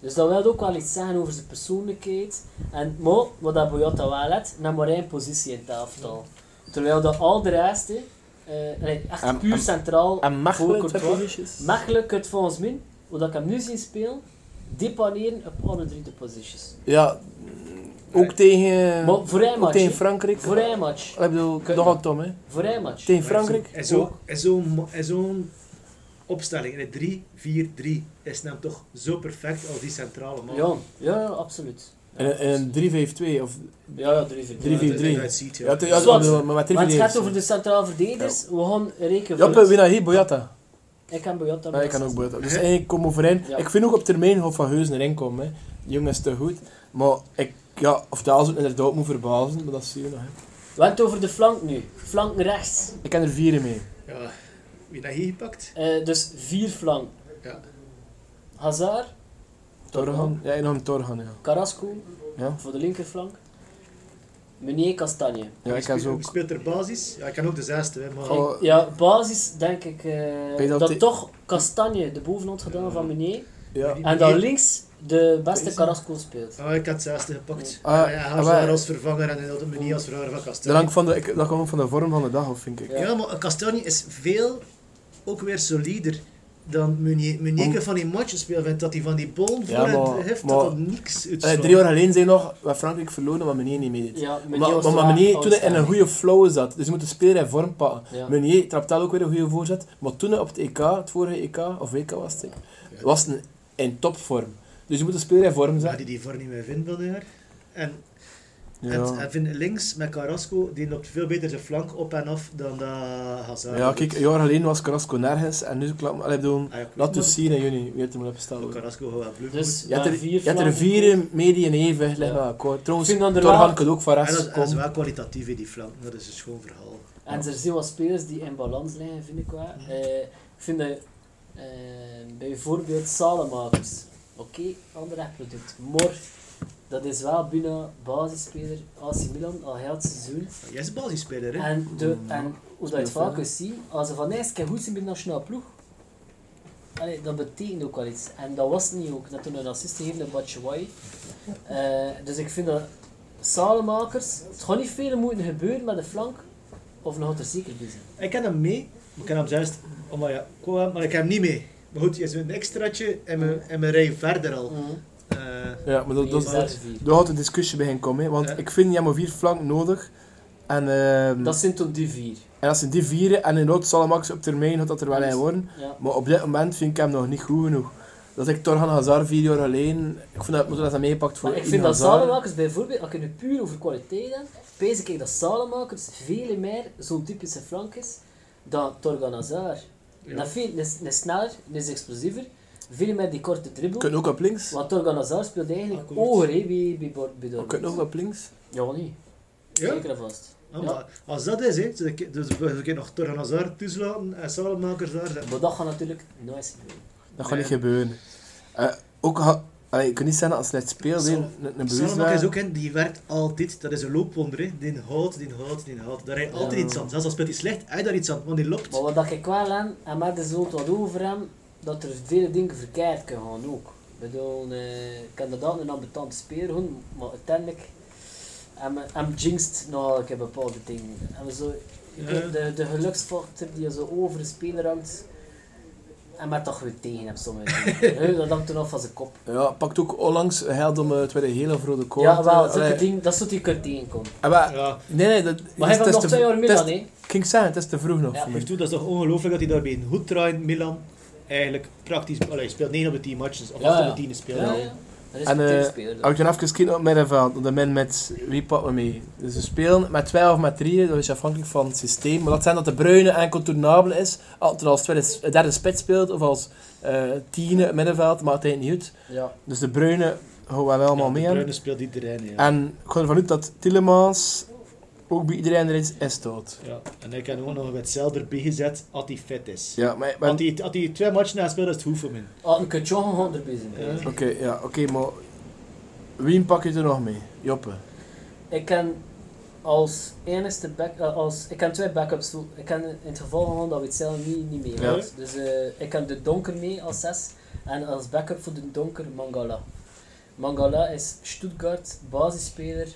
Dus dat wil ook wel iets zeggen over zijn persoonlijkheid. En, maar wat dat Boyata wel heeft, nam maar één positie in het elftal.
Mhm.
Terwijl dat al de rest, hè, eh, allee, echt
En-
puur
en-
centraal
En
voor
Mechelen, twee
Courtois.
posities.
Mechelen kunt volgens mij, wat ik hem nu zie spelen, depaneren op alle drie de posities.
Ja, ook tegen...
Maar voor één
ook
match,
tegen
hè.
Frankrijk.
Voor één match.
Ik bedoel, dat gaat Tom, hè.
Voor één match.
Tegen
Maar hij
Frankrijk.
heeft zo-
ook.
hij heeft zo'n mo- hij heeft zo'n opstelling, in 3-4-3, is hem toch zo perfect als die centrale man.
Ja, ja, ja, absoluut. Ja,
En en een 3-5-2 of...
Ja, ja, drie voor
Ja,
drie.
3-4-3.
dat- dat ziet, ja.
Ja, te- ja,
Zwart.
bedoel, maar met
Maar het gaat
3-4-1.
over de centraal verdedigers. We gaan rekenen voor...
Joppe, wie nou hier? Boyata.
Ik kan Boyata.
Ja, ik kan ook Boyata. Dus eigenlijk kom overeen.
Ja.
Ik vind ook op termijn gaat Van Heusden erin komen. Hè. Die jongen is te goed. Maar ik, ja, of dat als het inderdaad moet verbazen, maar dat zie je nog. Hè.
We hebben het over de flank nu. Flank rechts.
Ik ken er vier mee.
Ja, Wie dat hier gepakt?
Eh, dus vier flank.
Ja.
Hazard,
Torgan. Ja, en nog een Torgan, ja.
Carrasco
Ja,
voor de linkerflank. Meneer Castagne.
ja ik
Wie
heb
speelt-
ze
wie
ook.
speelt er basis? Ja, ik kan ook de zesde, hè, maar...
Goh,
Ja, basis denk ik eh,
Oh. je dat
dat
die-
toch Castagne de bovenhand gedaan van Meneer.
ja.
Die
En dan
Meunier-
links de beste
Deze.
Carrasco speelt.
Ah, ik had zesde gepakt.
Ah,
ja, hij was
ah,
daar
maar-
als vervanger en hij had hem niet als vervanger van
Dat,
Castelli.
hangt van de, ik, dat komt ook van de vorm van de dag, of vind ik.
Ja.
Ja, maar Castanje is veel ook weer solider. dan Meunier- Meunier van die matchen speelt, vindt dat hij van die bal voor
Ja, maar-
het heeft,
maar-
dat dat niks
Eh,
uitslaat.
drie jaar geleden zijn nog wat Frankrijk verloren, maar meneer niet meedeed.
Ja,
Maar,
Meunier
maar,
was
maar
te laat
Meunier toen hij in een
uitgestaan.
goede flow zat, dus je moet de speler in vorm pakken.
Ja.
Meunier trapt daar ook weer een goede voorzet, maar toen hij op het EK, het vorige EK, of WK was het, denk ik, was hij in topvorm. Dus je moet de speler in vorm
Ja,
zetten.
die die voor niet meer vindt, Bilder. En, en,
Ja,
en vind links met Carrasco, die loopt veel beter zijn flank op en af dan dat Hazard.
ja
doet.
kijk, een jaar geleden was Carrasco nergens en nu klap Allee, bedoel,
Ah, ja, klopt,
laat
maar-
het dus zien in juni, wie heeft hem laten staan.
maar Carrasco gaat wel bluf.
Dus
Je hebt
daar
er, je hebt er
flanken.
vier mede in evenwicht liggen
Ja.
aan elkaar. Trouwens,
Ik vind dat er
Torgan
wel-
kan ook van
en
rechts
dat, dat is
komen.
wel kwalitatief in die flank, dat is een schoon verhaal.
En er zijn wat spelers die in balans liggen, vind ik wel.
Mhm.
Eh, ik vind dat eh, bijvoorbeeld salenmakers. Oké, ander product. Maar dat is wel bijna basisspeler AC Milan al heel het seizoen.
Jij is een basisspeler, hè?
En, de, en hoe dat je het
Speelt,
vaak
hè?
kunt zien, als ze van eens keer goed zijn bij de nationale ploeg, allee, dat betekent ook wel iets. En dat was het niet ook, dat toen een assist gegeven aan Batshuayi. Eh, dus ik vind dat salenmakers, het gaat niet veel moeten gebeuren met de flank, of nog er zeker bij zijn.
Ik ken hem mee, maar ik ken hem juist, omdat ja, ik wou hem, maar ik heb hem niet mee. Maar goed, je is een extraatje en we, en we rijden verder al. Eh,
Ja, maar dat,
Die
dat,
is
dat,
daar vier.
daar gaat de discussie bij hen komen. hè, Want
Ja.
ik vind, je hebt maar vier flank nodig. En, ehm,
Dat zijn tot die vier.
en als ze die vieren, en inderdaad zal Max op termijn gaat dat er wel
Dus-
in worden.
Ja.
Maar op dit moment vind ik hem nog niet goed genoeg. Dat ik Torgan Hazard vier jaar alleen, ik vind dat, dat hij meepakt voor
Maar ik
Eden
vind dat
Hazard.
zalenmakers bijvoorbeeld, als je nu puur over kwaliteit hebt, pees ik dat zalenmakers veel meer zo'n typische flank is dan Torgan Hazard.
Ja.
Dat veel, is, is sneller, dat is explosiever, veel meer die korte dribbel.
Kunnen ook op links.
Want Torgan Hazard speelt eigenlijk
Akkoord.
hoger hè, bij, bij, Bor- bij
We kunnen ook
Dortmund.
op links.
Ja, niet.
ja?
Zeker en vast.
Ah, maar als dat is, hè, dus ik- dus we kunnen nog Torgan Hazard toeslaten en Salamakers daar. zetten.
Maar dat gaat natuurlijk nice gebeuren.
Dat gaat
Nee.
niet gebeuren. Eh, ook, ha- allee, ik kan niet zeggen als hij het speelt, hè,
Zal-
een, een bewust
Salamakers ook in, die werkt altijd, dat is een loopwonder. Hè. Die houdt, die houdt, die houdt. Daar heb je altijd
Ja.
iets aan. Zelfs als speelt hij slecht, hij daar iets aan, want die loopt.
Maar wat ik wel aan, en met de zoot wat over hem, dat er vele dingen verkeerd kunnen gaan ook. Ik bedoel, eh, ik kan dat altijd een ambetante speler doen, maar uiteindelijk hem, hem jinxt nou ik heb bepaalde dingen. En zo, je
Ja.
kunt de, de geluksfactor die je zo over een speler hangt, en met toch weer tegen hem sommige
(laughs)
dingen. Hè, dat hangt toen af van zijn kop.
Ja, pakt ook onlangs geld om eh, het tweede hele rode kool.
ja, wel, zulke
eh, Allee,
dingen, dat soort die kunt tegenkomen.
eh, maar-
Ja,
Nee, nee, dat,
Maar hij heeft
dat is
nog
te-
twee jaar
dat is-
Milan, hè?
Ik ging zeggen, het is te vroeg nog
Ja,
voor mij.
Geef toe, dat is toch ongelooflijk dat hij daarbij een goed draait, Milan. Eigenlijk praktisch, allee, hij speelt 9 op de 10 matches, of
Ja,
8
ja.
op de 10 speelt.
Ja,
hij.
ja. Dat is
En
een dus.
eh,
tegenspeler.
als ik dan even kijk op middenveld, op de min met wie pakken we mee? Dus ze spelen met twee of met drie, dat is afhankelijk van het systeem. Maar dat zijn dat de Bruine enkel toernabel is, als er als tweede, eh, derde spits speelt of als eh tiende op middenveld, maakt het niet uit.
Ja.
Dus de Bruine gaan wel allemaal
Ja, de
mee hebben.
Bruyne speelt iedereen, ja.
En ik ga ervan uit dat Tillemans ook bij iedereen er is, is stout.
Ja, en ik heb ook nog een wedstrijd erbij gezet als hij fit is.
Ja, maar, maar-
Want die, als die twee matchen na speelt, is het Hoefemin.
Ah, een kutje gewoon erbij zijn.
Ja.
Oké, ja, oké, maar wie pak je er nog mee? Joppe.
Ik kan als enigste back, eh, als, ik kan twee backups doen. Ik kan in het geval gewoon dat we het zelf niet, niet mee
Ja.
had. Dus eh, ik kan de donker mee als 6 en als backup voor de donker Mangala. Mangala is Stuttgart basisspeler.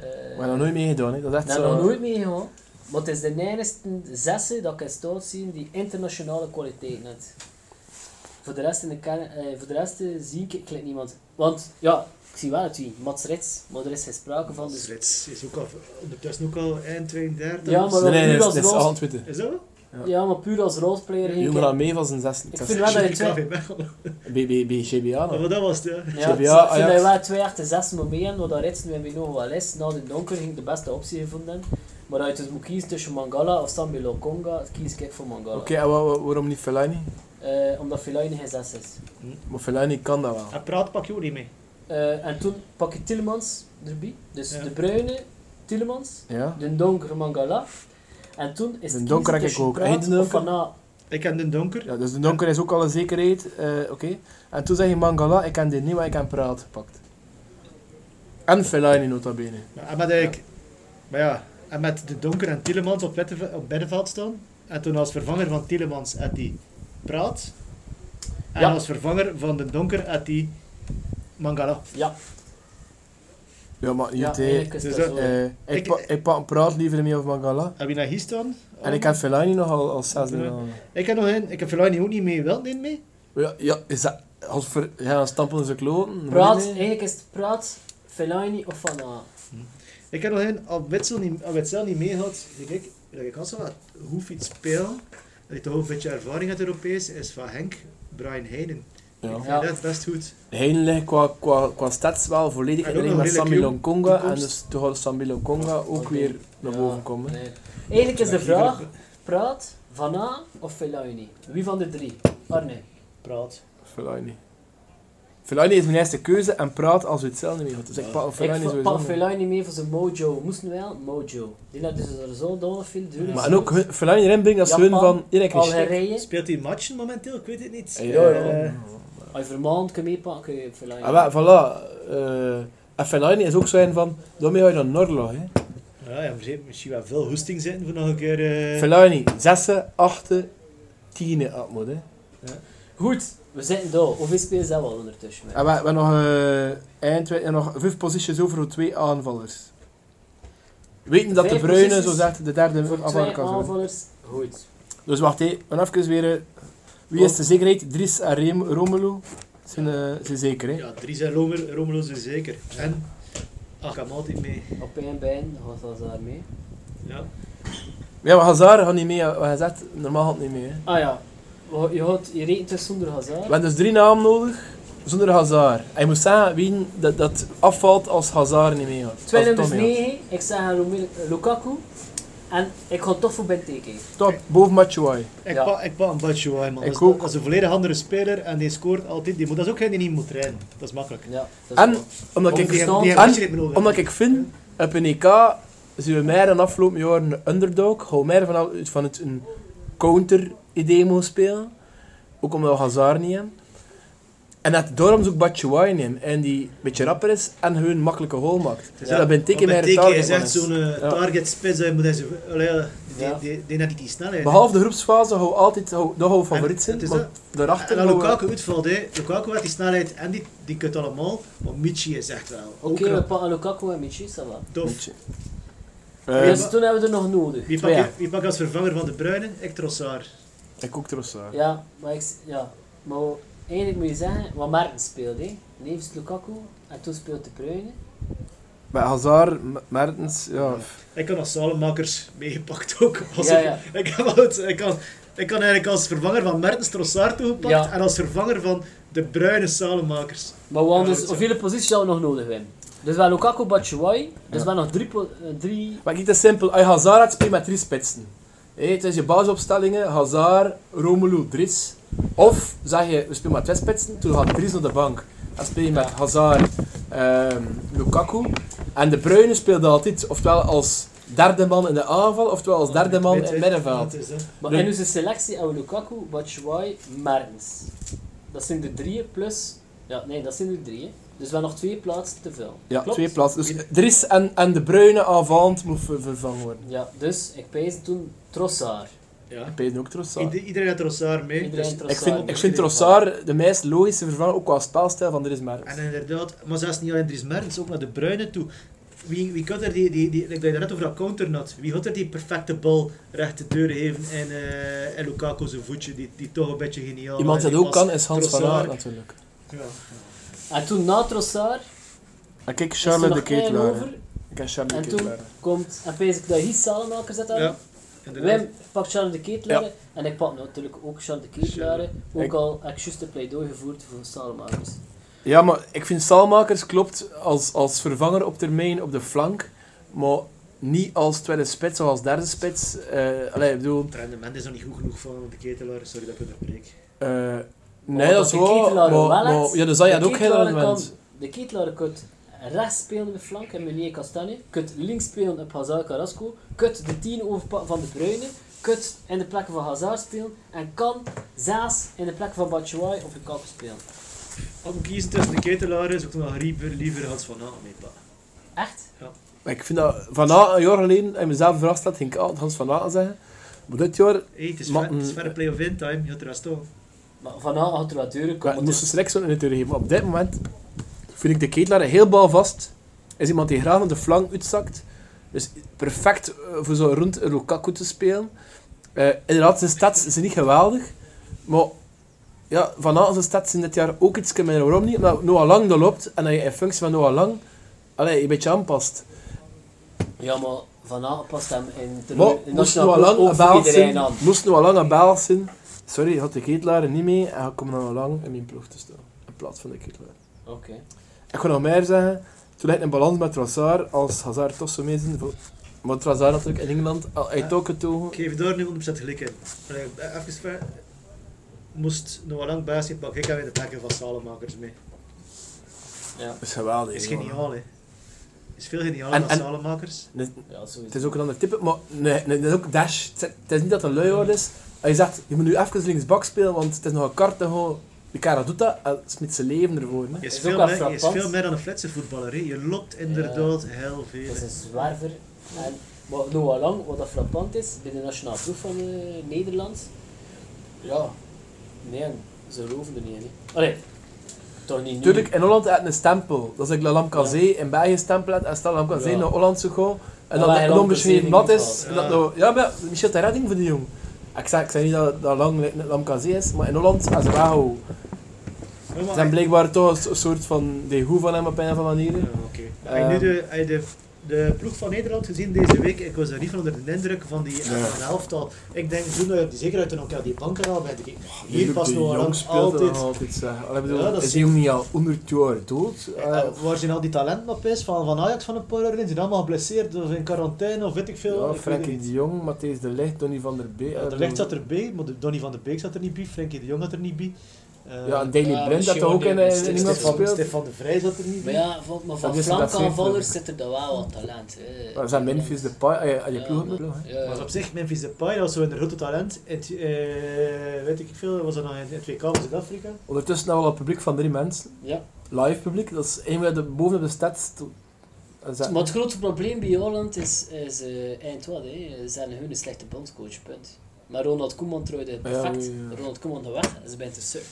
eh,
We hebben nog nooit meegedaan, hè? dat is echt
daar
zo.
nog nooit mee gehad. Maar het is de enigste zesse dat ik in staat zien die internationale kwaliteit heeft. Voor de rest, in de kern- eh, voor de rest eh, zie ik, ik niemand. Want ja, ik zie wel het wie, Mats Rits, maar er is geen sprake van. Dus
Frits is ook al, ondertussen ook al eind 32.
Ja, maar-
Nee, nee, dat
Nu
is-
als
dat is
Roos-
Antwitte.
Is dat wel?
Ja.
Ja, maar puur als roleplayer. ging
Jongen aan mee van zijn 16.
Ik vind wel dat je twee...
KV Mechelen.
BGBA
Maar
nog.
wat dat was het, ja.
GBA,
Ja, ik vind dat
Ajax.
je wel twee echte zes moet mee hebben, wat Rits nu in Bino wel is. Na de donker ging ik de beste optie gevonden. Maar als je het moet kiezen tussen Mangala of Sambi Lokonga, kies ik voor Mangala.
Oké, en wa- wa- waarom niet Fellaini?
Eh, omdat Fellaini geen zes is.
Maar Fellaini kan dat wel.
En praat pak je ook niet mee.
Eh, en toen pak je Tillemans erbij. Dus
Ja.
de bruine Tillemans,
Ja?
de donkere Mangala. En toen is
De
het
donker
kiezen
heb ik
tussen
ook.
Praat
Eén de
of
donker.
Fana.
Ik ken Den Donker.
ja dus de donker is ook al een zekerheid. eh, Oké. En toen zei je Mangala, ik kan dit niet, maar ik kan Praat gepakt. En Fellaini nota bene.
Maar, en met, eigenlijk- maar ja, en met de Donker en Tielemans op, Wetteve- op Beddenveld staan. En toen als vervanger van Tielemans had die Praat. En
Ja.
als vervanger van de Donker had die Mangala.
Ja,
Ja, maar niet
ja
uit, hè.
eigenlijk is
Dus
dat
dat-
zo.
Eh, ik
Ik-
pa- Ik pak Praat liever mee of Mangala.
En wie naar hier staan?
En ik heb Fellaini nog al, als zesde.
Ja.
dan.
Ik heb nog een, ik heb Fellaini ook niet mee, wel niet mee.
Ja, ja, is dat... Als voor, ja, stampelen ze kloten.
Praat,
Nee, nee.
eigenlijk is het Praat, Fellaini of Van Aal.
Ik heb nog een, als Witzel niet, als Witzel niet mee had, denk ik, dat ik had zo wat hoef iets spelen, dat je toch ook een beetje ervaring had Europees, is van Henk, Brian Heinen.
Ja.
Ik vind
Ja.
dat best goed.
Heijn ligt qua, qua, qua stats wel volledig
En
in
ook
de ring
nog
met Sammy
redelijk
Lonkonga. En
toekomst.
dus toen gaat Sammy Lonkonga ook
Oké.
weer naar
Ja,
boven komen.
nee. Eigenlijk is de
Ik vind dat
vraag, Praat, Van Aal of Fellaini? Wie van de drie? Arne.
Praat.
Fellaini. Fellaini is mijn eerste keuze en praat als u hetzelfde mee had. Dus ik
Ja.
pak
Ik
Fellaini
v-
sowieso
pak
mee.
Fellaini mee voor zijn mojo. Moesten wel, mojo. Die had dus er zo dol veel duur.
Maar en ook hun- Fellaini erin brengen als hun
Japan,
van... Hier heb ik een shit.
Algerije.
Speelt hij matchen momenteel? Ik weet het niet.
Ja,
ja, ja.
Eh,
Als je Vermaand kan meepakken, kun je Fellaini.
Ah, wel, voilà. eh en Fellaini is ook zo een van... Daarmee ga je naar Norlo, hè.
ja, ja, misschien- misschien wel veel hoesting zitten voor nog een keer. eh,
Fellaini, zesde, achtste, tiende, Atmo, ah, hè.
Goed, we zitten daar. Hoeveel spelen zijn we al ondertussen?
En we we hebben nog, eh eind, we hebben nog vijf posities over voor twee aanvallers. Weten dat de
Vijf
Bruine,
posities
zo zegt, de derde
Voor
aanvaller
twee
kan zijn.
aanvallers, goed.
Dus wacht hé, maar even weer. eh, Wie is de
Oh.
zekerheid? Dries en Rem- Romelu zijn, eh, zijn zeker, hè?
Ja, Dries en Romer, Romelu zijn zeker. En Akamati mee.
Op één been, dan gaat dat daar mee.
Ja.
Ja, maar Hazard gaat niet mee. hè. Hij zegt, normaal gaat het niet mee, hè?
Ah ja, We- je, gaat, je rekent dus zonder Hazard.
We hebben dus drie namen nodig, zonder Hazard. En je moet zeggen wie dat, dat afvalt als Hazard niet mee gaat.
Twee
Als het
nummers
toch mee
9, ik zeg aan Romelu- eh, Lukaku. En ik ga toch voor Benteke.
gaat. Top, boven Machuai.
Ik,
Ja.
pak, ik pak een Batshuayi, man.
Ik
dat, is,
ook.
dat is een volledig andere speler en die scoort altijd. Die moet, dat is ook geen die niet moet trainen. Dat is makkelijk.
Ja, dat is
En,
wel-
omdat
Om
ik
die- die
en-
hebben wedstrijd nodig.
Omdat ik vind, op een EK zien we meer dan afgelopen jaar een underdog. Gaan we meer van, van het een counter-idee mogen spelen. Ook omdat we Hazard niet hebben. En dat daarom zoek Batshuayi nemen. En die een beetje rapper is en hun makkelijke goal maakt.
Ja.
Dus dat ben ik
Want
meer
bij
het
Teke
target
is
man
echt
is.
zo'n eh,
Ja.
target spits. Hij moet hij zo- allee, ja, die-
Ja.
die- die net niet die snelheid.
Behalve de groepsfase gaan we altijd gaan we- daar gaan we favoriet
het
zijn.
is
Want
dat.
daarachter
En dan
gaan we-
Lukaku uitvalt, hè. Lukaku had die snelheid en die, die kunt allemaal. Maar Michi is echt wel.
Oké,
ook
we
een
pakken Lukaku en Michi, ça va.
tof.
Beetje. Eh,
Dus toen hebben we er nog nodig.
Wie pak, je,
Twee.
wie pak je als vervanger van de Bruyne? Ik Trossard.
Ik ook eh, Trossard.
Ja, maar ik... s- Ja, maar eigenlijk moet je zeggen, wat Martens speelde, hè. Nevens Lukaku, en toen speelde de Bruyne.
Bij Hazard, M- Mertens, ja.
Ik kan als zalenmakers meegepakt ook. Als
Ja, ja.
Ik, heb al het- ik, kan, ik kan eigenlijk als vervanger van Mertens Trossard toegepakt
Ja.
en als vervanger van de bruine zalenmakers.
Maar we hadden dus
Ja,
op vele posities hadden we nog nodig hebben. Dus we hebben Lukaku, Batshuayi, dus
Ja.
we hebben nog drie... po- eh, drie
Maar kijk, het is simpel. Als je Hazard hebt, speel je met drie spitsen. Hé, het is je basisopstellingen, Hazard, Romelu, Dries. Of zeg je, we spelen met twee spitsen, toen gaat Dries naar de bank. Dan speel je met Hazard, ehm, Lukaku. En de Bruyne speelde altijd, oftewel als derde man in de aanval, oftewel als derde man in het middenveld.
Dat is het.
maar
Nee.
in onze selectie hebben we Lukaku, Batshuayi, Mertens. Dat zijn de drieën plus... Ja, nee, dat zijn de drieën. Dus we hebben nog twee plaatsen te veel.
Ja,
Klopt?
twee plaatsen. Dus Dries en, en de Bruyne aanvallend moet ver- vervangen worden.
Ja, dus ik pijs toen Trossard.
Ja.
Ik ben ook Trossard.
Ieder- iedereen had Trossard mee.
Iedereen
dus-
Trossard.
Ik vind, ik vind
Iedereen.
Trossard de meest logische vervanger, ook qua spelstijl van Dries Mertens.
En inderdaad, maar zelfs niet alleen Dries Mertens, ook naar de bruine toe. Wie, wie kan er die, die, die, ik net over dat counter had, wie had er die perfecte bal recht de deur geven en, eh en Lukaku zijn voetje, die, die toch een beetje geniaal
Iemand
is,
die dat
die
ook
pas.
kan is Hans van
Trossard.
Aert natuurlijk.
Ja.
En toen na Trossard
En kijk,
is er
Charlotte de
nog één
Keetlaar.
over.
Ik heb Charlotte
En
de
toen
Keetlaar.
komt... En pijs ik dat hier Salemakers zet aan.
ja, inderdaad.
Wim pakt Charles de Keetlaren en ik pak natuurlijk ook Charles de Keetlaren. Ook
Ik-
al heb ik juist een pleidooi gevoerd voor Salemakers.
Ja, maar ik vind Salmakers klopt als, als vervanger op termijn op de flank, maar niet als tweede spits of als derde spits. Eh, allee, ik bedoel,
Het rendement is nog niet goed genoeg van de ketelaar, sorry dat ik het breek.
eh,
wat
nee, dat is
Oh, de
wel,
Keetelaar
maar,
wel
maar,
heeft,
ja, dus dat
de
had ook heel
Keetelaar
element.
kan- De Keetlaren kunt rechts spelen op de flank en meneer Castanje. Kunt links spelen op Hazard Carrasco. Kunt de 10 overpakken van de Bruyne. Kunt in de plek van Hazard spelen. En kan zelfs in de plek van Batshuayi op de kap spelen.
Als ik kiezen tussen de ketelaar is, ook nog liever, liever Hans van Aam mee pakken.
Echt?
Maar ik vind dat, van Aert, een jaar geleden, en mezelf verrast had, ging ik altijd Hans van Aert zeggen. Maar dit jaar,
Hey, het is
Maar,
fair- het is
mm,
fair play of win time, je had er wel staan.
Maar vanavond had er wat deuren
ik
komen.
moest dus de selectie zo in het uur geven, maar op dit moment vind ik de Keetlaar heel balvast. Is iemand die graag aan de flank uitzakt. Dus perfect eh, voor zo'n rond een Lukaku te spelen. Eh, inderdaad, zijn stats zijn niet geweldig. Maar ja, vanavond zijn stats zijn dit jaar ook iets minder. Waarom niet? Omdat Noah Lang er loopt en dat je in functie van Noah Lang allee, een beetje aanpast.
Ja, maar vanavond past hem in de
Maar moest
nationale
Noah Lang
ploeg
een
ook voor
baal
iedereen
zijn.
aan.
Moest Noah Lang een baal zijn. Sorry, ik had de Keetlaar er niet mee en ik kom Noah Lang in mijn ploeg te staan. In plaats van de Keetlaar.
Oké.
Ik ga nog meer zeggen. Toen lijkt een balans met Trossard, als Hazard toch zo mee zijn. Maar Trossard natuurlijk in Engeland, al uit ook getogen.
Ik geef daar nu 100% gelijk in. Eh, Even ver. Moest Noah Lang baas zijn, pak ik hem in de takken van Salemakers mee.
Ja.
Dat is geweldig.
Is
jongen.
geniaal, hè? Is veel
En-
genialer dan
en-
Salemakers.
ja,
Het
sowieso.
is ook een ander type, maar nee, nee, het is ook dash. Het is- het is niet dat het een luiaard is. Hij zegt, je moet nu even linksbak spelen, want het is nog een kart en gewoon... De Cara doet dat en smit eh, zijn leven ervoor. Hè.
Je is,
Is ook
veel
wel
meer, je is
frappant.
veel meer dan een fletse voetballer. Hè. Je loopt inderdaad heel veel.
Het is een zwerver. En, maar Noah Lang, wat dat frappant is, bij de nationale ploeg van eh, Nederland, ja, nee, ze roven er niet in. hè. Allee, toch niet nu.
Tuurlijk, in Holland had een stempel. Dat is ik La Lamkazé in België stempel had en stel Lamkazé
Ja.
naar Holland zou gaan. En
Ja,
dat
maar
het
Lam
een onbeschreven
Kazé
blad
vind ik
is.
wel.
en dat
Ja.
nou- Ja, maar Michel de redding voor die jong. Ik zeg, ik zeg niet dat, dat lang Lamkazé is, maar in Holland als wauw.
Ja,
Ze
maar-
zijn blijkbaar toch een so- soort van de hoe van hem op een of andere manier.
Ja, oké. Heb je nu de, heb je de, de ploeg van Nederland gezien deze week? Ik was daar niet van onder de indruk van die van de helftal. Ik denk, toen, eh, die zeker uit een elkaar die banken al bij de Hier past nog lang altijd.
altijd zeggen. Allee, bedoel,
Ja, dat
is
is-
die jong niet al 100 jaar dood?
Eh, eh, waar zijn al die talenten op is van, van Ajax van een paar jaar geleden? Zijn allemaal geblesseerd of in quarantaine of weet ik veel.
ja,
Ik weet het
Frenkie
niet.
de Jong, Matthijs de Ligt, Donny van der eh, Beek.
Ja, de licht zat erbij, maar de- Donny van de Beek zat er niet bij, Frenkie de Jong zat er niet bij. Eh,
Ja, en Daily
Ja,
Blind dat
misschien
toch ook
wel
in,
die-
in, eh,
die
in Engeland
Stefan,
gespeeld.
Stefan de Vrij zat er niet
Maar
bij.
ja, van, maar
Dat
van
is een
flank
bassin,
aanvallers
eh.
zit er dan wel wat talent. hè.
Maar zijn Memphis de Pai, eh, eh, je
Ja,
ploeg
maar-
ploeg, hè.
Ja, ja.
Maar op zich, Memphis Depay, dat was zo'n grote talent. In het, eh, weet ik veel, was dat nog in het WK van Zuid-Afrika?
Ondertussen hebben we al een publiek van drie mensen.
Ja.
Live publiek, dat is één van de bovenop de stats. to- eh, zetten.
Maar het grote probleem bij Holland is, is eh Eindhoven. hè. Ze zijn hun een slechte bondscoach, punt. Maar Ronald Koeman trouwde het perfect.
Ja, ja, ja.
Ronald Koeman de weg en ze bent te suk.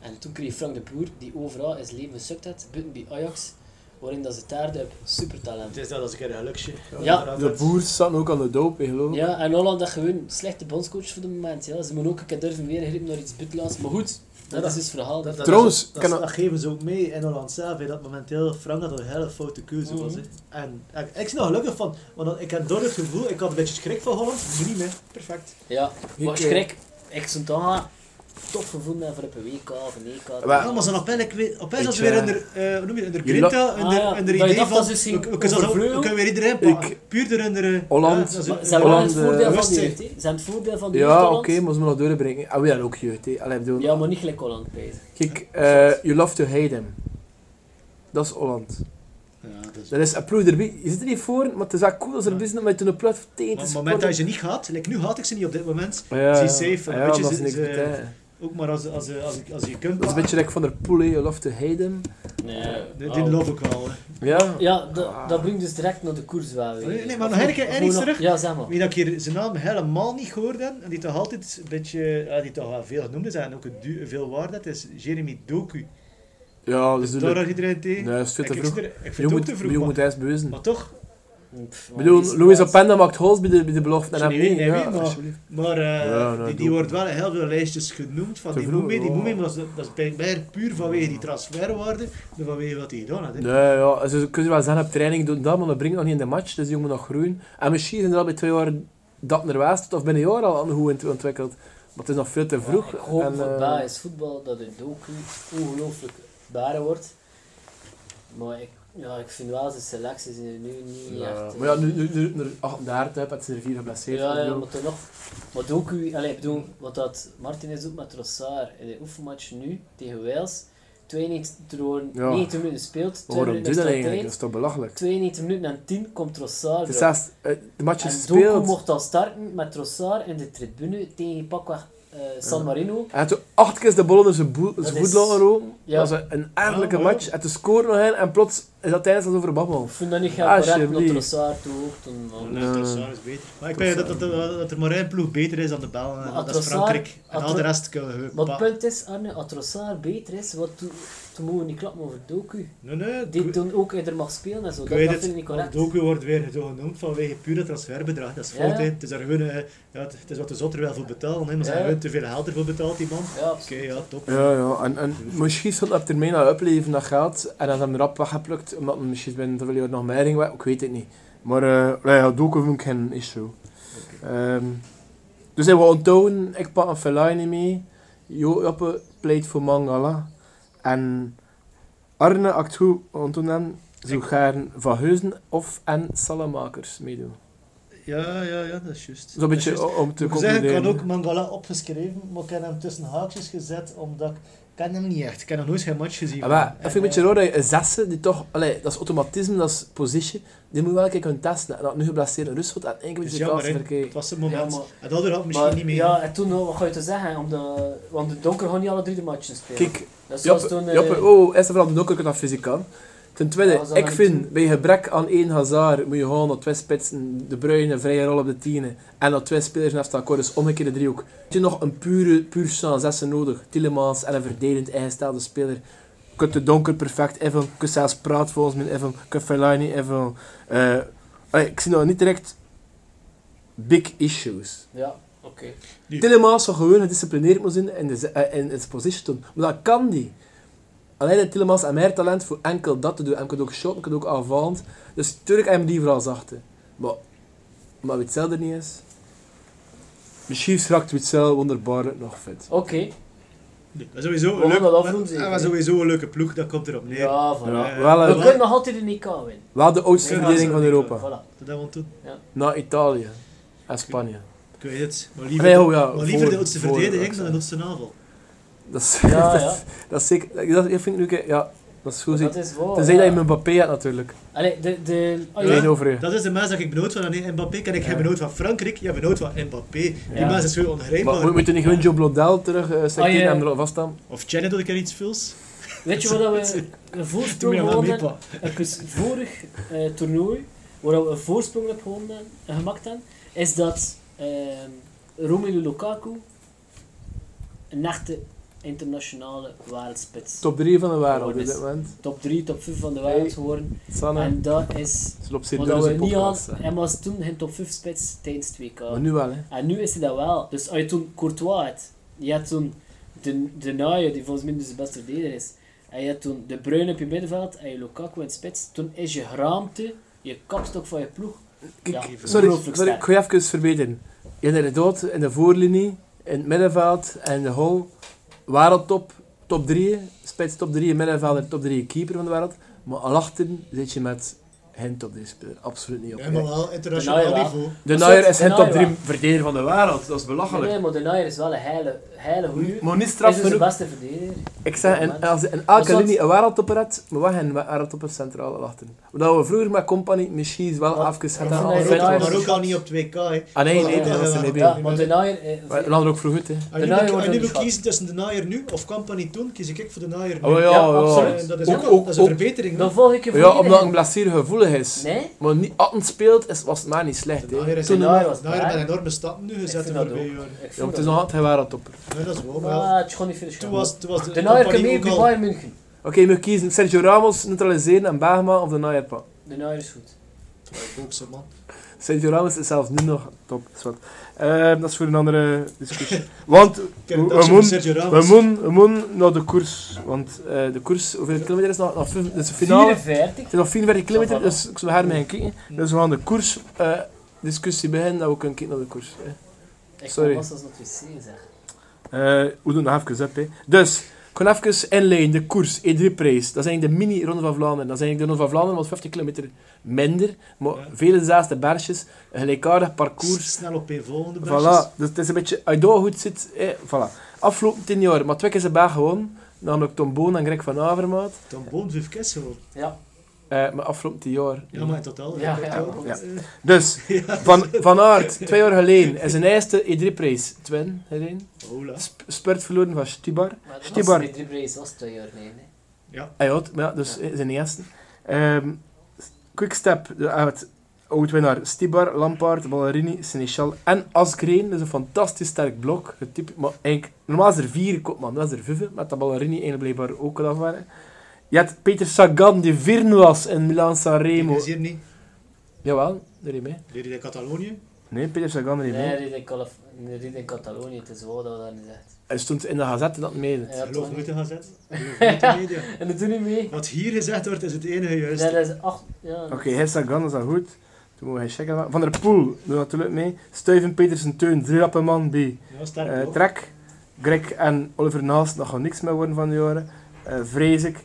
En toen kreeg Frank de Boer, die overal is leven gesukt had, buiten bij Ajax, waarin dat ze taarden op supertalent.
Het is dat als een keer een gelukje.
Ja.
dat
De
altijd.
boers zaten ook aan de doop, hè, geloof ik.
Ja, en Holland had gewoon slechte bondscoach voor de moment. Ja. Ze moeten ook een keer durven weer grijpen naar iets buitenlands. Maar goed, dat,
dat-
is dus het verhaal.
Dat- dat-
Trouwens,
dat, dat,
kan-
dat, geven ze ook mee in Holland zelf. hè, Dat momenteel Frank dat een hele foute keuze
Mhm.
was. hè. En ik, ik ben er gelukkig van, want dan- ik heb door het gevoel, ik had een beetje schrik van Holland, maar niet meer. Perfect.
Ja,
Ik,
maar
eh,
schrik. Ik zou het aan tof gevonden hebben voor op een WK of een E EK.
Wel,
Ja, maar ze opeens, ik weet, opeens
Ik,
dat ze weer
eh,
onder, eh hoe noem je, het, onder
je lo-
Grinta,
Ah,
onder,
ja.
onder
Dat je
idee
dacht dat
van,
ze
we,
zien
we, kunnen zelf- we
overvleugelen.
kunnen weer iedereen
Ik-
pakken. Puur door onder... eh,
Holland-
ja, dat is-
Maar ze hebben wel
Holland,
het voordeel
eh,
van de
Rustig.
jeugd. hè. Ze hebben het voordeel van de jeugd,
Ja, oké,
Holland.
maar ze moeten nog doorbrengen. En we hebben ook jeugd, hè. Allee, bedoel,
Ja, maar niet gelijk Holland bezig.
Kijk, eh, you love to hate him. Dat is Holland.
Ja, dat is-
Dat is een ploeg erbij. Je zit er niet voor, maar het is ook cool als er
Ja.
bij zit om met een ploeg tegen
Maar
te
op het
supporten.
moment dat je ze niet gaat, like, nu haat ik ze niet op dit moment.
Ja, ja.
ze is safe,
Ja,
een beetje
dat is
ze-
niks
ze-
met, hè.
Ook maar als, als, als, als, als je kunt.
Dat is een beetje like van der Poel, hè. you love to hate him.
Nee. oh.
Dit dit loof ik wel. hè.
Ja.
Ja, dat- dat brengt dus direct naar de koers wel weer.
Nee, nee, maar
Of
nog
hoe-
een keer
of
ergens
hoe nog-
terug.
Ja, zeg maar.
Wie dat ik hier zijn naam helemaal niet gehoord heb, en die toch altijd een beetje, ja, die toch wel veel genoemd is en ook een du- veel waard had, is Jeremy Doku.
Ja, dus
Daar had iedereen tegen.
Nee, dat is veel
Ik-
te
ik
vroeg.
zit er- Ik vind
Je
het ook
moet,
te
je
vroeg,
moet
maar,
eerst bewijzen.
maar toch.
Pff, oh,
Ik bedoel,
maar-
Louis Openda maakt hols bij de, bij de belofte. En
Nee,
hem
nee,
niet,
nee,
ja,
maar-
alsjeblieft.
Maar eh,
Ja, nee,
die, die
doe.
wordt wel in heel veel lijstjes genoemd van
Te
die
vroeg, oh.
Moemee, die
ja.
Moemee, maar dat is, dat is bij- bij puur vanwege die transferwaarde, dan vanwege wat hij gedaan had. hè.
Nee, ja. Ze kunnen wel zeggen op training doen dat, maar dat brengt nog niet in de match. Dus die jongen nog groeien. En misschien zijn er al bij twee jaar dat naar West of binnen een jaar al goed int- ontwikkeld. Maar het is nog veel te vroeg.
Ik hoop
En,
voor
eh,
Belgisch voetbal dat het docu ongelooflijk baren wordt. Maar ik, ja, ik vind wel zijn selecties nu niet
ja.
echt...
Maar ja, nu, nu, nu, nu ach, daar heb het zijn er vier geblesseerd.
Ja, ja,
bedoel.
maar toch nog. Maar Doku, allee, ik bedoel, wat dat Martinez doet met Trossard in de oefenmatch nu tegen Wales. 92 door
Ja.
90 minuten speelt, 2
Waarom doe je
minuten
dat
extra
eigenlijk? Dat
tijd.
is toch belachelijk?
92 minuten en 10 komt Trossard.
Het is
erop.
zelfs, eh, de match is
en Doku
gespeeld.
mocht al starten met Trossard in de tribune tegen pakweg eh, San Marino.
Hij had zo acht keer de bal onder zijn, boel, zijn
is-
voet laten roken.
Ja.
Dat was een, een aardelijke
Ja, ja.
match. Hij had de score nog in en plots Is dat tijdens dat over babbel?
Ik vind dat niet gaan correct,
Alsjeblieft.
omdat Trossard toe ook toen...
Ja,
want-
Nee.
Trossard Oh, is beter. Maar ik weet dat, dat, dat, dat er maar één ploeg beter is dan de Belgen. en
Maar
Dat is
Trossard-
Frankrijk. En al de
Tro-
rest kunnen we
Maar het
pa-
punt is, Arne, als Trossard beter is, wat toen, toen mogen we niet klappen over Doku.
Nee, nee.
Die
ik-
toen ook eerder mag spelen en zo,
Ik
dat,
weet
dat vind ik niet
het, want
correct.
Doku wordt weer zo genoemd vanwege pure transferbedrag. Dat is
Ja.
fout, hè. Het is daar gewoon... eh, ja, het het is wat de zotter wel voor betalen, hè. Maar ze
Ja.
hebben gewoon te veel geld ervoor betaald, die man. Oké,
Ja, absoluut.
ja, top.
Ja, ja. En, en misschien zal dat op termijn dat opleven dat geld. En dat ze hem erop weggeplukt, omdat hem misschien binnen zoveel jaar nog meer ging. weg- Ik weet het niet. Maar eh nou ja, doeken vind ik geen issue. Ehm, dus hij wil onthouden. Ik pak een Fellaini mee. Jo Joppe pleit voor Mangala. En Arne act goed onthouden. Zo gaan Van Heusen of en Salamakers meedoen.
Ja, ja, ja, dat is juist.
Zo'n
Dat is
beetje
juist.
o- om te
Ik moet zeggen, ik had
concluderen.
ook Mangala opgeschreven, maar ik heb hem tussen haakjes gezet, omdat ik... Ik ken hem niet echt. Ik heb nog nooit geen match gezien.
Ja,
van
maar
hem.
dat
En,
vind ik Ah, een beetje raar
eh,
dat je een zessen, die toch, allee, dat is automatisme, dat is positie, die moet je wel een keer kunnen testen. En dat nu geblesseerd in Rusland en één keer
Het is
de
jammer,
kansen
hè. Het
verkeken.
was een moment.
Ja, maar-
En dat had misschien
Maar,
niet mee.
ja, en toen, eh, wat ga je te zeggen? Omdat, want de Donker gaat niet alle drie de matchen spelen.
Kijk,
dat is zoals
Joppe,
toen... eh,
Joppe, oh, eerst en vooral de nokker dat fysiek kan. Ten tweede,
Ja, dat is
ik
dan
vind,
natuurlijk-
bij gebrek aan één hazard moet je gewoon naar twee spitsen, de Bruyne, een vrije rol op de tienen, en dat twee spelers naast elkaar, dus omgekeerde driehoek. Heb je nog een pure, puur staan zessen nodig, Tillemans en een verdedigend ingestelde speler. Je kunt de donker perfect even, kunt zelfs praat volgens mij even, kunt Fellaini even. eh, allee, ik zie nou niet direct big issues.
Ja, oké.
Tillemans zou gewoon gedisciplineerd moeten zijn in, de, z- eh, in het position doen. Maar dat kan die. Alleen dat Tillemans en meer talent voor enkel dat te doen. En kan ook shotten, kan ook aanvallend. Dus tuurlijk heb je hem die vooral zachte. Maar, maar Witzel er niet is. Misschien strakt Witzel wonderbaarlijk nog fit.
Oké,
Nee, maar sowieso,
gaan
een leuk,
dat afronden,
maar-
zeker,
maar
hè?
sowieso een leuke ploeg, dat komt erop neer.
ja, voilà.
Ja,
eh,
wel,
We
eh,
maar-
kunnen nog altijd de NK winnen.
wel de oudste
Ja,
verdediging van
zo,
Europa.
Voilà.
Dat hebben we toen.
Na Italië en Spanje.
Ik weet het. Maar liever,
Nee, oh ja,
maar liever de
voor-
oudste
voor-
verdediging dan de oudste navel.
Dat is, (laughs)
Ja,
dat,
ja.
is- dat is zeker. Dat, ik vind het ook, eh, ja, dat is goed.
Dat
ziet.
is wow.
Tenzij dat je
ja.
mijn Mbappé hebt natuurlijk.
Allee, de... de oh,
Ja.
Geen
ja.
over je.
Dat is de mens dat ik benood van nee, Mbappé. En ik heb benood van Frankrijk, jij benood van Mbappé. Die
Ja.
mens is gewoon ongrijpbaar.
Maar moet- moet je niet gewoon Joe Blondel terug uh,
Ah, ja.
en erop vaststaan?
Of Janet dat ik er iets vils.
Weet je wat
(laughs)
we een
Doe
voorsprong
me wel
gewonnen
mee,
hebben? (laughs)
pa.
Een kus- vorig eh, toernooi, waar we een voorsprong hebben gewonnen, eh, gemaakt hebben, is dat ehm, Romelu Lukaku een echte internationale wereldspits.
Top 3 van de wereld op
Gewoon
dit
is-
moment.
Top 3, top 5 van de wereld geworden.
Sanne,
En dat is
ze loopt zeer
wat
door
we
zijn
niet
podcast.
hadden.
hè.
Hij was toen geen top 5 spits tijdens 2K.
Maar nu wel, hè.
En nu is hij dat wel. Dus als je toen Courtois had, je had toen de, de Naya, die volgens mij dus de beste verdediger is. En je had toen De Bruyne op je middenveld en je Lukaku in het spits. Toen is je geraamte, je kapstok van je ploeg.
Kijk,
Ja,
sorry,
ongelooflijk
sorry,
sterk.
ik ga je even verbeteren. Inderdaad, in de voorlinie, in het middenveld en in de goal. Wereldtop, top 3. Spits top 3, middenvelder top 3, keeper van de wereld. Maar al achteren zit je met geen top 3 speler. Absoluut niet op.
Ja, maar wel
Nou,
internationaal
ja.
niveau.
de
Maar
Neuer
zit
is geen
De
top
Neuer
3 verdediger van de wereld. Dat is belachelijk.
Nee, maar De Naya is wel een hele, hele goeie.
Maar niet
Hij
straf
is dus de
genoeg.
beste verdediger.
Ik zeg, in, als in
Maar
elke
soms-
linie een wereldtopper had, maar wij geen wereldtopper centraal achteren. Omdat we vroeger met Company misschien wel
Maar-
even hadden aan
maar nee,
fit
daar-
was.
Maar ook al niet op 2K. hè.
Ah nee,
Maar
nee,
ook al
dat is er
wel.
niet bij.
Ja, maar De Nyer, eh,
Maar we hadden ook vroeg goed, hè.
Als
De
je
Naaier
moet-
wordt
als je moet
onderschat.
ah, kiezen tussen de naaier nu of Company toen, kies ik voor de naaier nu.
Oh, ja,
Ja,
ja,
absoluut.
En Dat is
Ook-
ook, wel- dat is een
ook-
verbetering. hè.
dan volg ik je
Ja, omdat
verdediging.
een blessure gevoelig is.
Nee?
Maar niet attend speelt, is, was het maar niet
De
slecht, hè.
naaier is
Toen
een
de Naaier was
naaier
klaar.
met enorme stappen nu gezet de
vind dat
voorbije
ook.
jaren.
Ik
Ja,
voel
maar het is
dat.
nog altijd geen wereldtopper.
Nee, dat is waar, maar ja.
Ah, het is gewoon niet veel
Toen
schade.
was, toen was de,
De Nyer kan
compagnie
mee
ook
bij
al-
Bayern München.
Oké, je moet kiezen. Sergio Ramos neutraliseren en Bergman of de Neuer pakken.
De Nyer is goed.
Ja, ook zo, man.
Sergio Ramos is zelfs nu nog top. zwart. Ehm, dat is voor een andere discussie. Want
Ik heb een
we
dansje van
moeten
Sergio
we
Ramos.
moeten- we moeten naar de koers. Want eh, de koers, hoeveel kilometer is het nog? Nog vijf- Dus de finale
44.
Het is nog 44 kilometer,
voilà.
dus ik zou haar mee gaan kijken. Dus we gaan de koersdiscussie discussie beginnen, dat we kunnen kijken naar de koers. Hè.
Ik
Sorry.
was als nog wc zeg.
Eh, we doen nog even op. Hè. Dus, ik ga even inleiden, de koers, E3-prijs. Dat is eigenlijk de mini-Ronde van Vlaanderen. Dat is eigenlijk de Ronde van Vlaanderen, want 50 kilometer minder. Maar
Ja.
vele zaaste bergjes, een gelijkaardig parcours.
Snel op een volgende
Voilà, dus het is een beetje, als je daar goed zit, eh, voilà. Afgelopen 10 jaar, maar twee keer zijn baag gewonnen. Namelijk Tom Boon en Greg van Avermaat.
Dan boom vijf keer gewoon.
Ja.
Eh maar afgelopen 10 jaar.
Ja, maar in totaal.
Ja,
ik weet
ja,
het wel.
ja.
Eh,
Dus,
(laughs)
Van, van Aert, twee jaar geleden, is zijn eerste
E
E3-prijs. Twin, hierin.
Hola.
Sp- Spurt verloren van Stibar.
Maar dat was
Stibar.
Ah
met drie Brace was twee jaar geleden. hè.
Hij had, maar ja, dus zijn eerste.
eh, Ehm, Quickstep, de uit oud-winnaar Stibar, Lampaard, Ballerini, Seneschal en Asgreen. Dat is een fantastisch sterk blok. Het type, maar eigenlijk, normaal is er vier kopman, dat is er vijf, met dat Ballerini eigenlijk blijkbaar ook al af waren. Je had Peter Sagan, die vierde was in Milan-San
Die
Remo.
is hier niet.
Jawel, daar reed mee.
Leren die in Catalonië?
Nee, Peter Sagan reed mee.
Nee, rijd in, Calaf- nee, rijd in Catalonië, het is wel dat we dat niet zegt.
Hij stond in de gazette dat meedeed.
Ja,
Geloof
toch?
me te gaan zetten. Geloof me te media.
En dat doe niet mee.
Wat hier gezegd wordt, is het enige
Nee,
juiste.
dat is acht. Ja,
Oké, hij Sagan is dat goed. Toen mogen we checken. Van der Poel doet natuurlijk mee. Stuyven Petersen Teun, Drappeman B.
Ja, sterk
Eh,
blok.
Trek, Greg en Oliver Naast, dat gaat niks meer worden van de jaren. Eh vrees ik.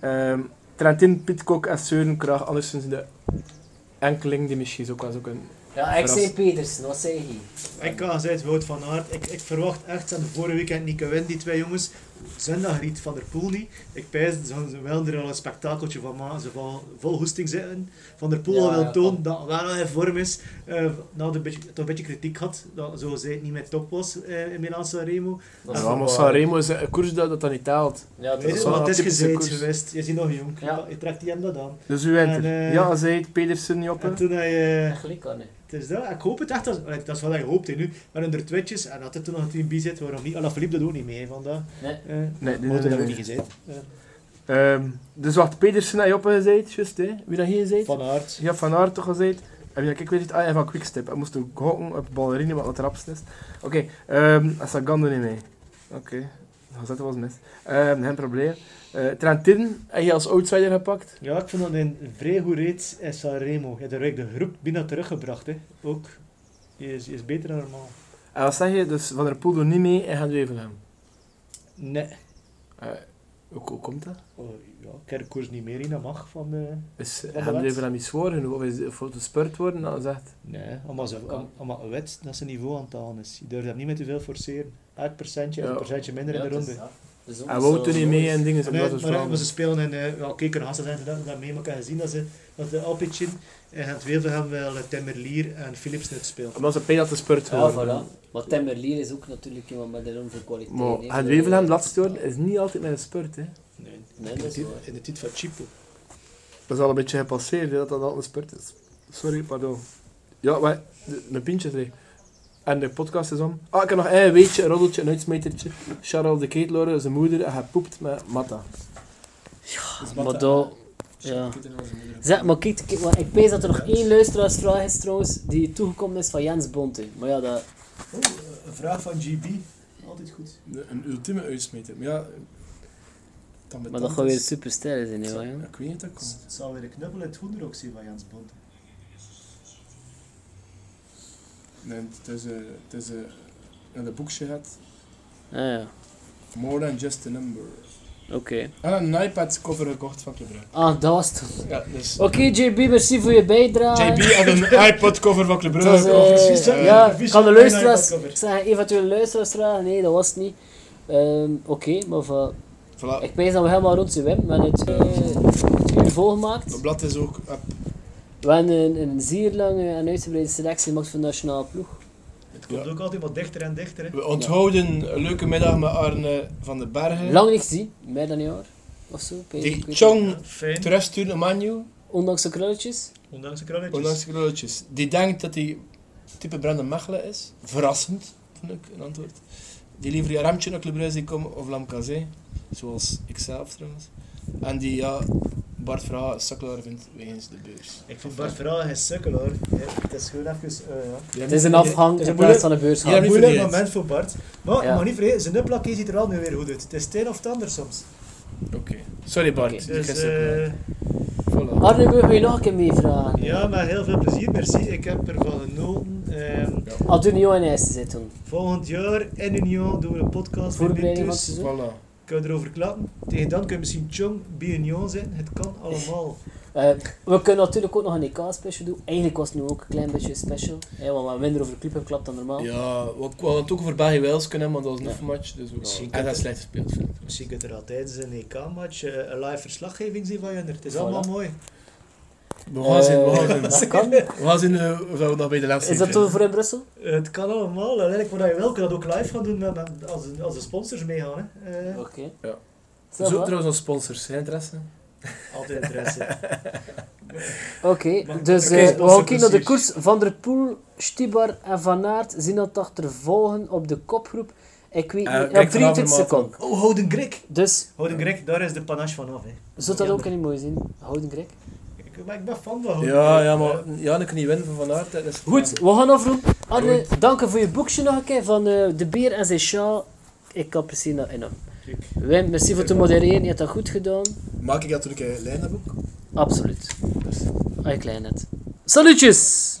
Ehm, Trentin, Pitcock en Søren Kraag, anderszins de enkeling die misschien ook wel zo kunnen.
ja ik zei
Verrast.
Petersen, wat zei hij?
Ik had gezegd, Wout van Aert, ik, ik verwacht echt aan de vorige weekend niet kunnen winnen, die twee jongens. Zondag riet Van der Poel niet. Ik pijs, ze gaan ze wel er al een spektakeltje van maken. Ze vol, vol hoesting zitten. Van der Poel
Ja,
al wil
ja,
tonen dat hij wel in vorm is. Eh nou, een beetje, toch een beetje kritiek had, dat zo zij het niet meer top was eh, in Milan Sanremo.
Dat
Ja,
is
maar
waar.
Sanremo is een koers dat, dat dat niet telt.
Ja, dat
Weet
is
je,
wel een
want het is
typische
gezeten
koers.
geweest. Je ziet nog jong.
Ja.
Je trekt die hem dat aan.
Dus u wint
En,
er.
eh,
Ja, zei het, Pedersen niet op. hè?
En toen hij... eh,
echt gelijk aan, hè.
Het is dat, ik hoop het echt. Dat, allee, dat is wat ik hoopte nu. Maar onder Twitches, en dat er toen nog een team bij zit, waarom niet? Alaphilippe doet ook niet mee hè, vandaag.
Nee.
Eh,
Nee, die
maar
doen
dat
we
heb ik
niet.
niet gezegd.
Ehm, dus wacht, Pedersen had je opgezet, juist hè? Wie dat geen zei?
Van Aert.
Je hebt Van Aert toch gezegd? En wie dat ik weet het, ah ja, van Quickstep. Hij moest toen gokken op ballerine, wat het rapst is. Oké, ehm en Sagan doet niet mee. Oké, dat zetten was mis. Ehm geen probleem. Eh, Trentin, heb je als outsider gepakt?
Ja, ik vind dat een vrij goed reed in Sanremo. Je hebt er eigenlijk de groep binnen teruggebracht, hè. Ook. Je is, je is beter dan normaal.
En wat zeg je? Dus Van der Poel doet niet mee en gaat Wevelgem.
Nee.
Eh hoe, hoe komt dat?
Oh, ja, ik heb de koers niet meer in, dat mag van eh, de...
Is
de
gaan
wet?
Wevelgem iets zwaar genoeg? Of is of het gespeurd worden? Nou, Dan zegt
Nee, allemaal, zo, allemaal- allemaal een wet dat zijn niveau aan het halen is. Je durft dat niet meer te veel forceren. Elk procentje is
Ja.
een procentje minder
Ja,
in de
dat
ronde.
is dat. Dat is ook
hij
zo
wou toen niet mee
logisch.
en dingen.
Ja,
zijn
maar,
dat is
maar, maar
wel.
ze spelen in, eh ja, kijk, Hassen zijn dat, dat mee, maar ik heb gezien dat ze dat de Alpicin en het Wevelgem wel eh, Timmerlier en Philips net speelt.
Omdat ze pijn dat het gespeurd
Ja,
worden.
voilà. Maar Temmerlier is ook natuurlijk iemand met enorm veel kwaliteit.
Maar
hè.
gaan Wevelgem laatst worden is niet altijd met een spurt hè.
Nee,
Nee, dat is
in, de
waar.
tit- in de tit van Chipo.
Dat is al een beetje gepasseerd, hè, dat dat al een spurt is. Sorry, pardon. Ja, maar de- mijn pintje is leeg. En de podcast is om. Ah, ik heb nog een weetje, een roddeltje, een uitsmijtertje. Charles de Keetlore, zijn moeder, en hij poept met Matta.
Maar dat... Ja. Zeg, maar kijk, kijk, maar ik weet dat er nog één luisteraarsvraag is trouwens, die toegekomen is van Jens Bonte. Maar ja, dat...
eh, een vraag van GB. Altijd goed.
De- Een ultieme uitsmijter. Maar ja, dan met
Maar dat gaat weer supersterren zijn, hè, wel,
Ja,
ja.
Ik weet niet dat komt.
Het zal weer een knubbel in het hoender ook zien van Jans Bond.
Nee, het is, eh, het is eh, ja, dat boekje had.
Ah ja,
More than just a number.
oké.
En een iPad cover gekocht van Club Brugge.
Ah, dat was het.
Ja, dus...
Oké, JB, merci voor je bijdrage.
JB had
(laughs)
een iPod cover van Club
Het
Brugge
was,
gekocht.
eh,
precies, hè?
ja,
Vies
kan de
op
luisteraars...
mijn iPadcover.
Ik zeg, eventuele luisteraarsvragen? Nee, dat was het niet. Ehm, oké, maar van...
Voilà.
Ik weet dat we helemaal rond zijn, Wim. We hebben het, eh, het uur volgemaakt.
Het blad is ook eh, op
We hebben een, een zeer lange en uitgebreide selectie gemaakt van de nationale ploeg.
Het komt
Ja.
ook altijd wat dichter en dichter. Hè.
We onthouden een leuke middag met Arne van den Bergen.
Lang niet gezien, meer dan een jaar of zo. ik weet- ik
die
weet
Chong
Fijn,
terugstuurt naar Manu,
niet. Ondanks de krulletjes.
ondanks de kralletjes.
ondanks de kleurtjes. Die denkt dat hij type Brandon Mechelen is. Verrassend, vond ik een antwoord. Die liever je Remtje naar Club Brugge zien komen of Lamkazé. Zoals ikzelf trouwens. En die ja, Bart Verhaal sukkelaar vindt wegens de beurs.
Ik vind Bart Verhaal geen sukkel hoor. Ja, Het is gewoon even... eh, ja.
Het is een afhang
is
in
een
plaats van een beurshang.
Ja,
Een
niet
moeilijk
verdedigd.
moment voor Bart. Maar
Ja.
mag niet vergeten, zijn upplakje ziet er al nu weer goed uit. Het is het een of het ander soms.
Oké. Sorry Bart,
Oké,
die
Dus,
is sukkelaar.
eh,
Voilà.
Arne, wil je nog een keer meevragen?
Ja, maar heel veel plezier, merci. Ik heb ervan genoten. Ehm,
Al toen Johan in eerste zit toen.
volgend jaar in Union doen we een podcast met
Voorbereiding van het
Mintus.
seizoen.
Voilà.
Kun je erover klappen? Tegen dan kun je misschien Chong bij Union zijn. Het kan allemaal.
Eh, we kunnen natuurlijk ook nog een EK-special doen. Eigenlijk was het nu ook een klein beetje special. Hè, want we hebben minder over de club geklapt dan normaal.
Ja, we we hadden het ook over België Wales kunnen hebben, maar dat was een match. Dus
Misschien
we...
kan
En dat
het-
is slecht gespeeld vind ik.
Misschien kunt er al tijdens een EK-match eh, een live verslaggeving zien van Junner. Het is
Voilà.
allemaal mooi.
We gaan zien, we gaan
Eh,
zien.
dat kan.
We gaan zien eh, of dat we nog bij de laatste
Is dat
zitten.
toen voor in Brussel?
(laughs) Het kan allemaal. Eigenlijk wat je wel kan dat ook live gaan doen met, met- als, de- als de sponsors meegaan. Hè. Eh,
Oké.
Ja.
Ça
Zoek
va.
trouwens nog sponsors, hè, interesse?
Altijd interesse.
Oké,
Mag-
dus
Oké,
eh, we gaan
sponsor
kijken naar de koers.
precies.
Van der Poel, Stibar en Van Aert zien dat achtervolgen op de kopgroep. Ik weet
Eh,
niet,
kijk
op 23
vanavond
seconden.
Oh, Houden Grek.
Dus,
Houden Grek, daar is de panache van af. Hè.
zou dat ook niet mooi zien? Houden Greg.
Ik, maar ik ben fan van Houden
Ja,
Grek. Eh,
ja, maar ja, dan kan niet winnen van Van Aert. Dat is
Oh. Goed, we gaan afronden. Arne, dank je voor je boekje nog een keer van eh, De Beer en zijn sjaal. Ik kan precies naar enorm.
Kijk.
Wim, merci voor te modereren. Je hebt dat goed gedaan.
Maak ik dat toen ik een lijn heb ook?
Absoluut. Ah, ik klein net. Salutjes!